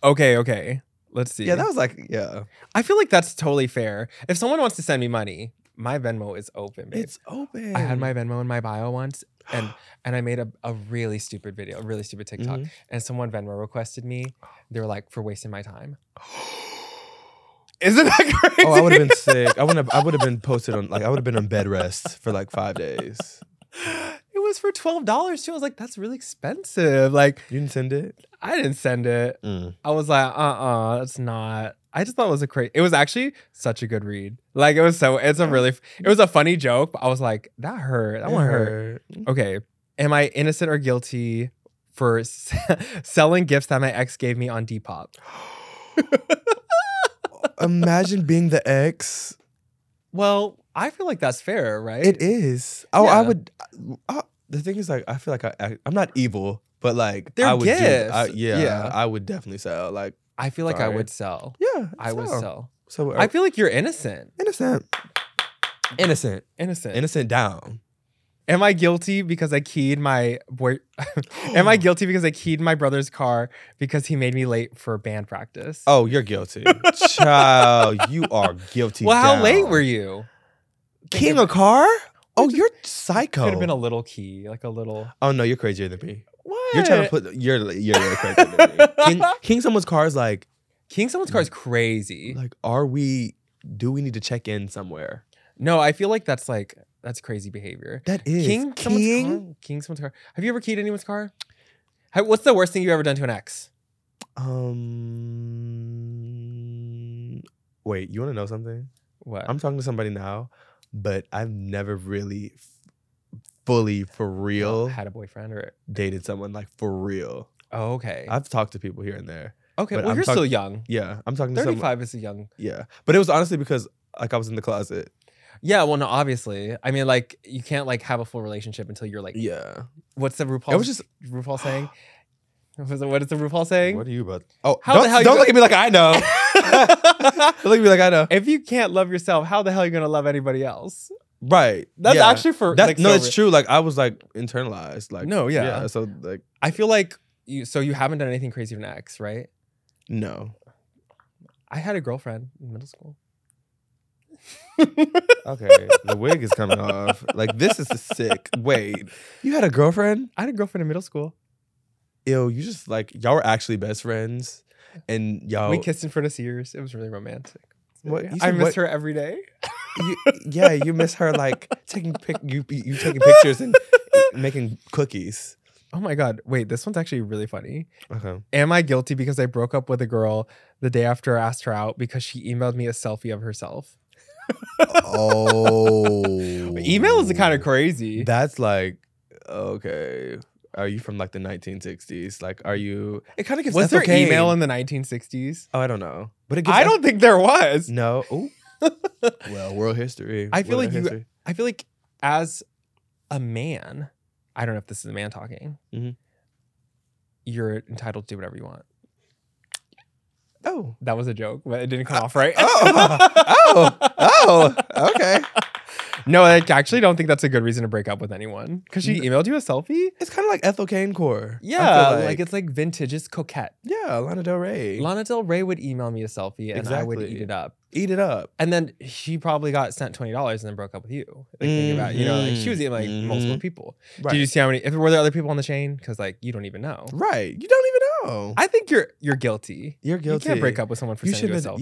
Speaker 1: okay, okay, let's see.
Speaker 3: yeah, that was like, yeah.
Speaker 1: I feel like that's totally fair. If someone wants to send me money, my Venmo is open. Babe.
Speaker 2: it's open
Speaker 1: I had (laughs) my Venmo in my bio once, (gasps) and and I made a, a really stupid video, a really stupid TikTok, and someone Venmo requested me. They were like, for wasting my time. (gasps) (laughs) Isn't that crazy?
Speaker 2: Oh, I would have been sick. I wouldn't. Have, I would have been posted on like I would have been on bed rest for like five days.
Speaker 1: It was for twelve dollars too. I was like, that's really expensive. Like,
Speaker 2: You didn't send it?
Speaker 1: I didn't send it.
Speaker 2: Mm.
Speaker 1: I was like, uh uh that's not. I just thought it was a crazy. It was actually such a good read. Like it was so. It's a really. It was a funny joke. But I was like, that hurt. That one hurt. Okay. Am I innocent or guilty for s- (laughs) selling gifts that my ex gave me on Depop?
Speaker 2: Imagine being the ex.
Speaker 1: Well, I feel like that's fair, right?
Speaker 2: It is. Oh, I
Speaker 1: Yeah.
Speaker 2: would. I, the thing is, like, I feel like I, I I'm not evil, but like,
Speaker 1: They're
Speaker 2: I would
Speaker 1: gifts.
Speaker 2: I, yeah,
Speaker 1: Yeah.
Speaker 2: I would definitely sell. Like,
Speaker 1: I feel like I
Speaker 2: Sorry.
Speaker 1: would sell.
Speaker 2: yeah,
Speaker 1: I would sell.
Speaker 2: So
Speaker 1: I feel like you're innocent.
Speaker 2: innocent,
Speaker 1: Innocent. Innocent.
Speaker 2: innocent down.
Speaker 1: Am I guilty because I keyed my boy? (laughs) Am
Speaker 2: (gasps)
Speaker 1: I guilty because I keyed my brother's car because he made me late for band practice?
Speaker 2: Oh,
Speaker 1: (laughs)
Speaker 2: you're guilty, child. You are guilty.
Speaker 1: well, how
Speaker 2: down.
Speaker 1: late were you?
Speaker 2: King a car? Oh, you're psycho.
Speaker 1: Could have been a little key, like a little.
Speaker 2: oh no, you're crazier than me.
Speaker 1: What?
Speaker 2: You're trying to put you're you're, you're crazier
Speaker 1: (laughs)
Speaker 2: than me. King, King someone's car is like
Speaker 1: King someone's car is crazy.
Speaker 2: like are we do we need to check in somewhere?
Speaker 1: no, I feel like that's like that's crazy behavior.
Speaker 2: That is
Speaker 1: King, someone's car. King someone's car. Have you ever keyed anyone's car? How- what's the worst thing you've ever done to an ex?
Speaker 2: Um, wait, you want to know something?
Speaker 1: What?
Speaker 2: I'm talking to somebody now, but I've never really f- fully for
Speaker 1: Well,
Speaker 2: real
Speaker 1: Had a boyfriend or?
Speaker 2: dated someone like for real.
Speaker 1: Oh, okay.
Speaker 2: I've talked to people here and there.
Speaker 1: okay.
Speaker 2: but
Speaker 1: Well,
Speaker 2: I'm
Speaker 1: you're
Speaker 2: talk-
Speaker 1: still young.
Speaker 2: Yeah, I'm talking to someone.
Speaker 1: 35 is a young
Speaker 2: Yeah, but it was honestly because like I was in the closet.
Speaker 1: Yeah, well, no, obviously. I mean, like, you can't like have a full relationship until you're like,
Speaker 2: Yeah,
Speaker 1: what's the RuPaul?
Speaker 2: it was just.
Speaker 1: RuPaul saying. (laughs) Was it- What is the RuPaul saying?
Speaker 2: What are you about? Oh,
Speaker 1: How the
Speaker 2: don't,
Speaker 1: hell you
Speaker 2: don't
Speaker 1: go-
Speaker 2: look at me like
Speaker 1: (laughs)
Speaker 2: I know. (laughs) don't look at me like I know.
Speaker 1: if you can't love yourself, how the hell are you gonna love anybody else?
Speaker 2: Right.
Speaker 1: That's
Speaker 2: yeah.
Speaker 1: actually for
Speaker 2: That's,
Speaker 1: like,
Speaker 2: no,
Speaker 1: so
Speaker 2: it's
Speaker 1: real.
Speaker 2: true. Like I was like internalized. Like
Speaker 1: No, yeah.
Speaker 2: So like
Speaker 1: I feel like you. So you haven't done anything crazy with an ex, right?
Speaker 2: no.
Speaker 1: I had a girlfriend in middle school.
Speaker 2: Okay, the wig
Speaker 1: (laughs)
Speaker 2: is coming off. Like this is sick. Wait, you had a girlfriend?
Speaker 1: I had a girlfriend in middle school.
Speaker 2: Ew, you just like y'all were actually best friends, and y'all.
Speaker 1: We kissed in front of Sears. It was really romantic.
Speaker 2: Oh. What- you
Speaker 1: I
Speaker 2: said
Speaker 1: miss
Speaker 2: what-
Speaker 1: her every day.
Speaker 2: You, yeah, you miss her like taking pic. You you taking pictures and making cookies.
Speaker 1: Oh my god! Wait, this one's actually really funny. (laughs)
Speaker 2: Okay.
Speaker 1: Am I guilty because I broke up with a girl the day after I asked her out because she emailed me a selfie of herself?
Speaker 2: Oh.
Speaker 1: Email is kind of crazy.
Speaker 2: That's like okay. Are you from like the 1960s? Like, are you? It kind of gives.
Speaker 1: was there
Speaker 2: okay.
Speaker 1: email in the 1960s?
Speaker 2: Oh, I don't know. But it gives
Speaker 1: I don't think there was.
Speaker 2: No.
Speaker 1: (laughs)
Speaker 2: Ooh. well, world history.
Speaker 1: I feel
Speaker 2: World
Speaker 1: like you-
Speaker 2: history.
Speaker 1: I feel like as a man, I don't know if this is a man talking.
Speaker 2: Mhm.
Speaker 1: You're entitled to do whatever you want.
Speaker 2: Oh.
Speaker 1: That was a joke, but it didn't come off right.
Speaker 2: Uh,
Speaker 1: (laughs)
Speaker 2: Oh. Oh. Oh. Okay.
Speaker 1: No, I actually don't think that's a good reason to break up with anyone because she emailed you a selfie.
Speaker 2: It's kind of like Ethel Kane core. I feel
Speaker 1: Yeah, like, it's like vintage, it's coquette.
Speaker 2: yeah, Lana Del Rey.
Speaker 1: Lana Del Rey would email me a selfie and I would eat
Speaker 2: Exactly.
Speaker 1: it up.
Speaker 2: Eat it up.
Speaker 1: And then she probably got sent twenty dollars and then broke up with you. Like think about it, you know, like she was emailing
Speaker 2: Mhm.
Speaker 1: multiple
Speaker 2: Mhm.
Speaker 1: people.
Speaker 2: Right.
Speaker 1: Did you see how many? If were there other people on the chain? Because like you don't even know.
Speaker 2: right. You don't even know.
Speaker 1: I think you're you're guilty.
Speaker 2: You're guilty.
Speaker 1: You can't break up with someone for
Speaker 2: You
Speaker 1: sending
Speaker 2: should
Speaker 1: you a
Speaker 2: have.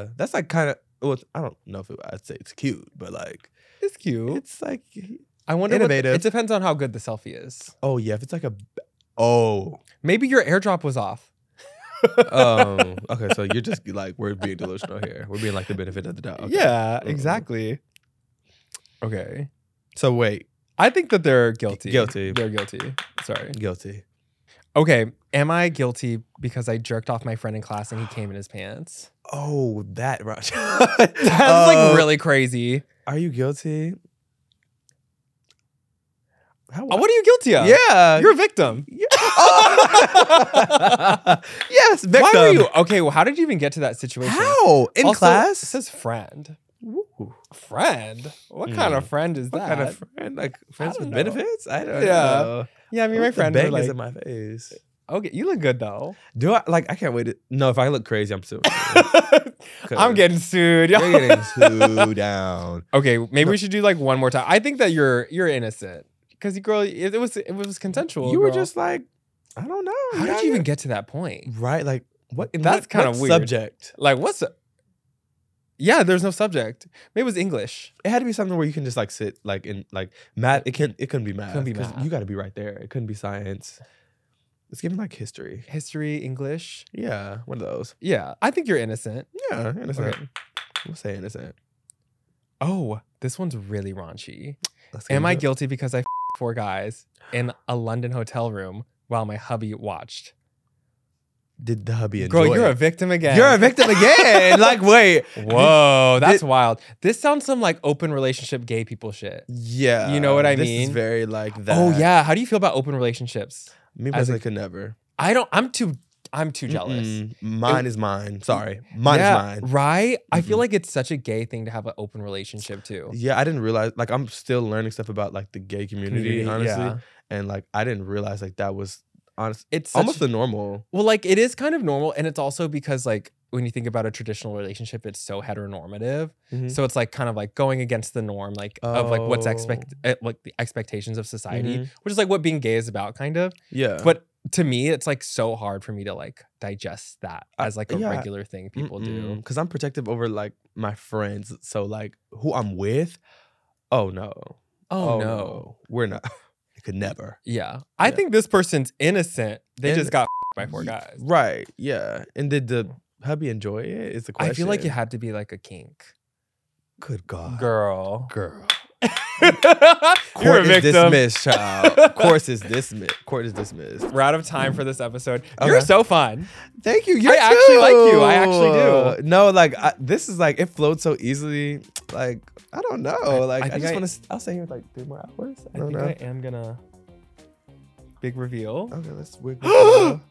Speaker 1: selfie.
Speaker 2: Yeah. That's like kind of. Well, I don't know if it, I'd say it's cute, but like
Speaker 1: it's cute.
Speaker 2: it's like.
Speaker 1: I wonder. what-
Speaker 2: innovative.
Speaker 1: it depends on how good the selfie is.
Speaker 2: Oh yeah, if it's like a. b- Oh.
Speaker 1: Maybe your airdrop was off. (laughs)
Speaker 2: um. Okay. So you're just like we're being delusional here. We're being like the benefit of the doubt. Okay.
Speaker 1: Yeah,
Speaker 2: Mhm.
Speaker 1: exactly. Mm. Okay,
Speaker 2: So wait,
Speaker 1: I think that they're guilty.
Speaker 2: Guilty.
Speaker 1: They're guilty. Sorry.
Speaker 2: guilty.
Speaker 1: Okay, am I guilty because I jerked off my friend in class and he came in his pants? (laughs)
Speaker 2: Oh, that rush. (laughs)
Speaker 1: That's
Speaker 2: Uh,
Speaker 1: like really crazy. Uh,
Speaker 2: Are you guilty? How,
Speaker 1: Uh, What are you guilty of?
Speaker 2: Yeah.
Speaker 1: You're a victim. (laughs)
Speaker 2: Yeah. (laughs) Oh. yes, victim.
Speaker 1: Why were you? Okay, well, how did you even get to that situation?
Speaker 2: How in
Speaker 1: Also,
Speaker 2: class?
Speaker 1: It says friend.
Speaker 2: Woo.
Speaker 1: Friend? What kind of friend is
Speaker 2: Mm. what
Speaker 1: that?
Speaker 2: kind of friend? Like friends
Speaker 1: don't
Speaker 2: with
Speaker 1: know.
Speaker 2: benefits? I don't
Speaker 1: Yeah.
Speaker 2: know.
Speaker 1: yeah, I mean, my
Speaker 2: Put the
Speaker 1: friend was
Speaker 2: bangers
Speaker 1: like,
Speaker 2: in my
Speaker 1: (laughs)
Speaker 2: face.
Speaker 1: okay, you look good (laughs) though.
Speaker 2: Do I like? I can't wait. To, no, if I look crazy, I'm still.
Speaker 1: (laughs) I'm getting sued. y'all.
Speaker 2: You're getting too down.
Speaker 1: (laughs) okay, maybe we should do like one more time. I think that you're you're innocent because you girl, it, it was it was consensual.
Speaker 2: you were
Speaker 1: girl.
Speaker 2: just like, I don't know.
Speaker 1: How
Speaker 2: yeah,
Speaker 1: did you
Speaker 2: yeah.
Speaker 1: even get to that point?
Speaker 2: right? Like what? in
Speaker 1: That's
Speaker 2: what-
Speaker 1: kinda
Speaker 2: what
Speaker 1: weird.
Speaker 2: Subject.
Speaker 1: Like, what's Yeah, there's no subject. Maybe it was English.
Speaker 2: It had to be something where you can just like sit like in like math. It can it couldn't be math.
Speaker 1: Couldn't be
Speaker 2: 'cause
Speaker 1: math.
Speaker 2: You got to be right there. It couldn't be science. It's given like history.
Speaker 1: History, English.
Speaker 2: Yeah, one of those.
Speaker 1: Yeah, I think you're innocent.
Speaker 2: Yeah, innocent.
Speaker 1: Okay.
Speaker 2: We'll say innocent.
Speaker 1: Oh, this onene's really raunchy.
Speaker 2: Let's get
Speaker 1: Am I
Speaker 2: into it.
Speaker 1: guilty because I f- four guys in a London hotel room while my hubby watched?
Speaker 2: Did the hubby enjoy?
Speaker 1: Girl, you're a
Speaker 2: it?
Speaker 1: victim again.
Speaker 2: You're a victim
Speaker 1: (laughs)
Speaker 2: again. like wait.
Speaker 1: Whoa, that's
Speaker 2: Thi-
Speaker 1: wild. This sounds some like open relationship gay people shit.
Speaker 2: Yeah.
Speaker 1: You know what I
Speaker 2: this
Speaker 1: mean?
Speaker 2: Is very like that.
Speaker 1: Oh yeah, how do you feel about open relationships?
Speaker 2: Me
Speaker 1: As a-
Speaker 2: personally could never.
Speaker 1: I don't. I'm too. I'm too jealous.
Speaker 2: Mm-mm. Mine is mine. Sorry. Mine
Speaker 1: Yeah,
Speaker 2: is mine.
Speaker 1: Right? I feel
Speaker 2: Mm-mm.
Speaker 1: like it's such a gay thing to have an open relationship too.
Speaker 2: Yeah, I didn't realize like I'm still learning stuff about like the gay community,
Speaker 1: Community,
Speaker 2: honestly.
Speaker 1: yeah.
Speaker 2: And like I didn't realize like that was honest
Speaker 1: It's such
Speaker 2: almost the normal.
Speaker 1: Well, like it is kind of normal, and it's also because like when you think about a traditional relationship, it's so heteronormative.
Speaker 2: Mhm.
Speaker 1: So it's like kind of like going against the norm, like of like what's expect
Speaker 2: Oh.
Speaker 1: eh, like the expectations of society,
Speaker 2: Mhm.
Speaker 1: which is like what being gay is about, kind of.
Speaker 2: Yeah.
Speaker 1: But to me, it's like so hard for me to like digest that
Speaker 2: I-
Speaker 1: as like a
Speaker 2: yeah.
Speaker 1: regular thing people do.
Speaker 2: Because I'm protective over like my friends. So like who I'm with, oh no.
Speaker 1: Oh, no.
Speaker 2: We're not. (laughs) It could never.
Speaker 1: Yeah. I
Speaker 2: Yeah.
Speaker 1: think this person's innocent. They
Speaker 2: And-
Speaker 1: just got (laughs) by four
Speaker 2: Ye-
Speaker 1: guys.
Speaker 2: Right. Yeah. And did the hubby enjoy it? Is the question.
Speaker 1: I feel like it had to be like a kink.
Speaker 2: Good God. (laughs)
Speaker 1: Girl.
Speaker 2: Girl.
Speaker 1: You're a
Speaker 2: Court is
Speaker 1: victim.
Speaker 2: dismissed, (laughs) child. Court is dismissed. Court is dismissed.
Speaker 1: We're out of time for this
Speaker 2: (laughs)
Speaker 1: episode. You're
Speaker 2: Okay.
Speaker 1: so fun.
Speaker 2: Thank you. You
Speaker 1: I actually like you. I actually
Speaker 2: too. No, like I, this is like it flowed so easily. Like I don't know. Like
Speaker 1: Oh, I
Speaker 2: I,
Speaker 1: think
Speaker 2: just
Speaker 1: I-
Speaker 2: want to. I'll stay here like three more hours. I
Speaker 1: I
Speaker 2: don't
Speaker 1: think
Speaker 2: know.
Speaker 1: I am gonna big reveal.
Speaker 2: Okay, let's (gasps) wiggle.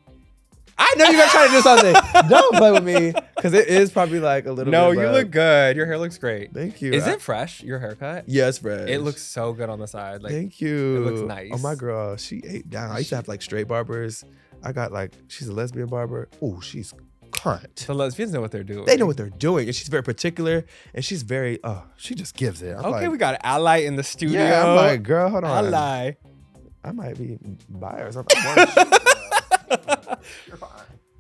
Speaker 2: I know you're gonna try to do (laughs) something. Don't play with me, because it is probably like a little.
Speaker 1: No,
Speaker 2: bit
Speaker 1: you
Speaker 2: rough.
Speaker 1: look good. Your hair looks great.
Speaker 2: Thank you.
Speaker 1: Is
Speaker 2: I-
Speaker 1: it fresh? Your haircut?
Speaker 2: Yes, Fred.
Speaker 1: It looks so good on the side. Like
Speaker 2: Thank you.
Speaker 1: looks nice.
Speaker 2: Oh my girl, she ate down. I used to have like straight barbers. I got like she's a lesbian barber. Oh, she's cunt.
Speaker 1: the lesbians know what they're doing.
Speaker 2: They know what they're doing, and she's very particular, and she's very. Oh, she just gives it. I'm
Speaker 1: Okay,
Speaker 2: like,
Speaker 1: we got an ally in the studio.
Speaker 2: Yeah, oh I'm like, girl, hold on.
Speaker 1: ally.
Speaker 2: I might be bi
Speaker 1: (laughs)
Speaker 2: or something. I'm orange.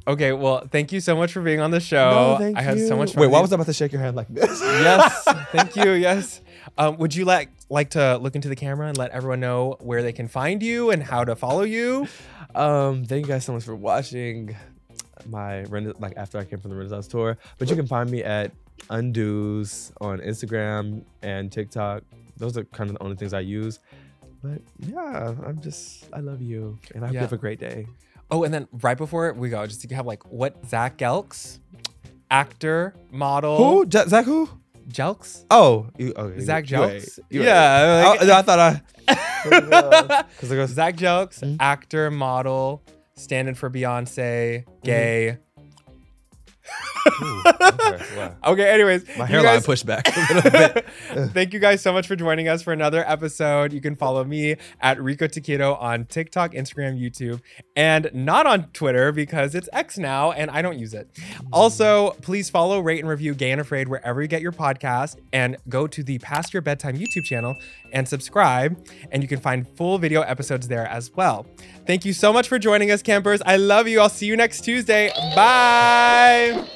Speaker 1: Okay, well, thank you so much for being on the show.
Speaker 2: No, thank
Speaker 1: I had so
Speaker 2: you.
Speaker 1: much fun.
Speaker 2: Wait, why
Speaker 1: with
Speaker 2: was I about to shake your hand like this?
Speaker 1: you. Yes, thank you. Yes. Um, would you like like to look into the camera and let everyone know where they can find you and how to follow you?
Speaker 2: Um, thank you guys so much for watching my rena- like after I came from the Renaissance tour. But you can find me at Undoes on Instagram and TikTok. Those are kind of the only things I use. But yeah, I'm just I love you and I hope
Speaker 1: Yeah.
Speaker 2: you have a great day.
Speaker 1: Oh, and then right before we go, just to have like what Zach Gelks, actor, model,
Speaker 2: Who? Ja- Zach who?
Speaker 1: Jelks,
Speaker 2: Oh, you, okay.
Speaker 1: Zach
Speaker 2: you- you right.
Speaker 1: Jelks.
Speaker 2: You Oh, right.
Speaker 1: yeah,
Speaker 2: I, I thought I
Speaker 1: (laughs)
Speaker 2: (laughs)
Speaker 1: like-
Speaker 2: because I go
Speaker 1: Zach
Speaker 2: Zach.
Speaker 1: Jelks,
Speaker 2: Mhm.
Speaker 1: actor, model, standing for
Speaker 2: Hmm?
Speaker 1: Beyonce, gay.
Speaker 2: okay, wow.
Speaker 1: Okay, anyways, you
Speaker 2: My hairline
Speaker 1: guys-
Speaker 2: pushed back a little bit.
Speaker 1: Thank you guys so much for joining us for another episode. You can follow me at Rico Taquito on TikTok, Instagram, YouTube, and not on Twitter because it's X now and I don't use it. Also, please follow, rate, and review Gay and Afraid wherever you get your podcast and go to the Past Your Bedtime YouTube channel and subscribe. And you can find full video episodes there as well. Thank you so much for joining us, campers. I love you. I'll see you next Tuesday. Bye.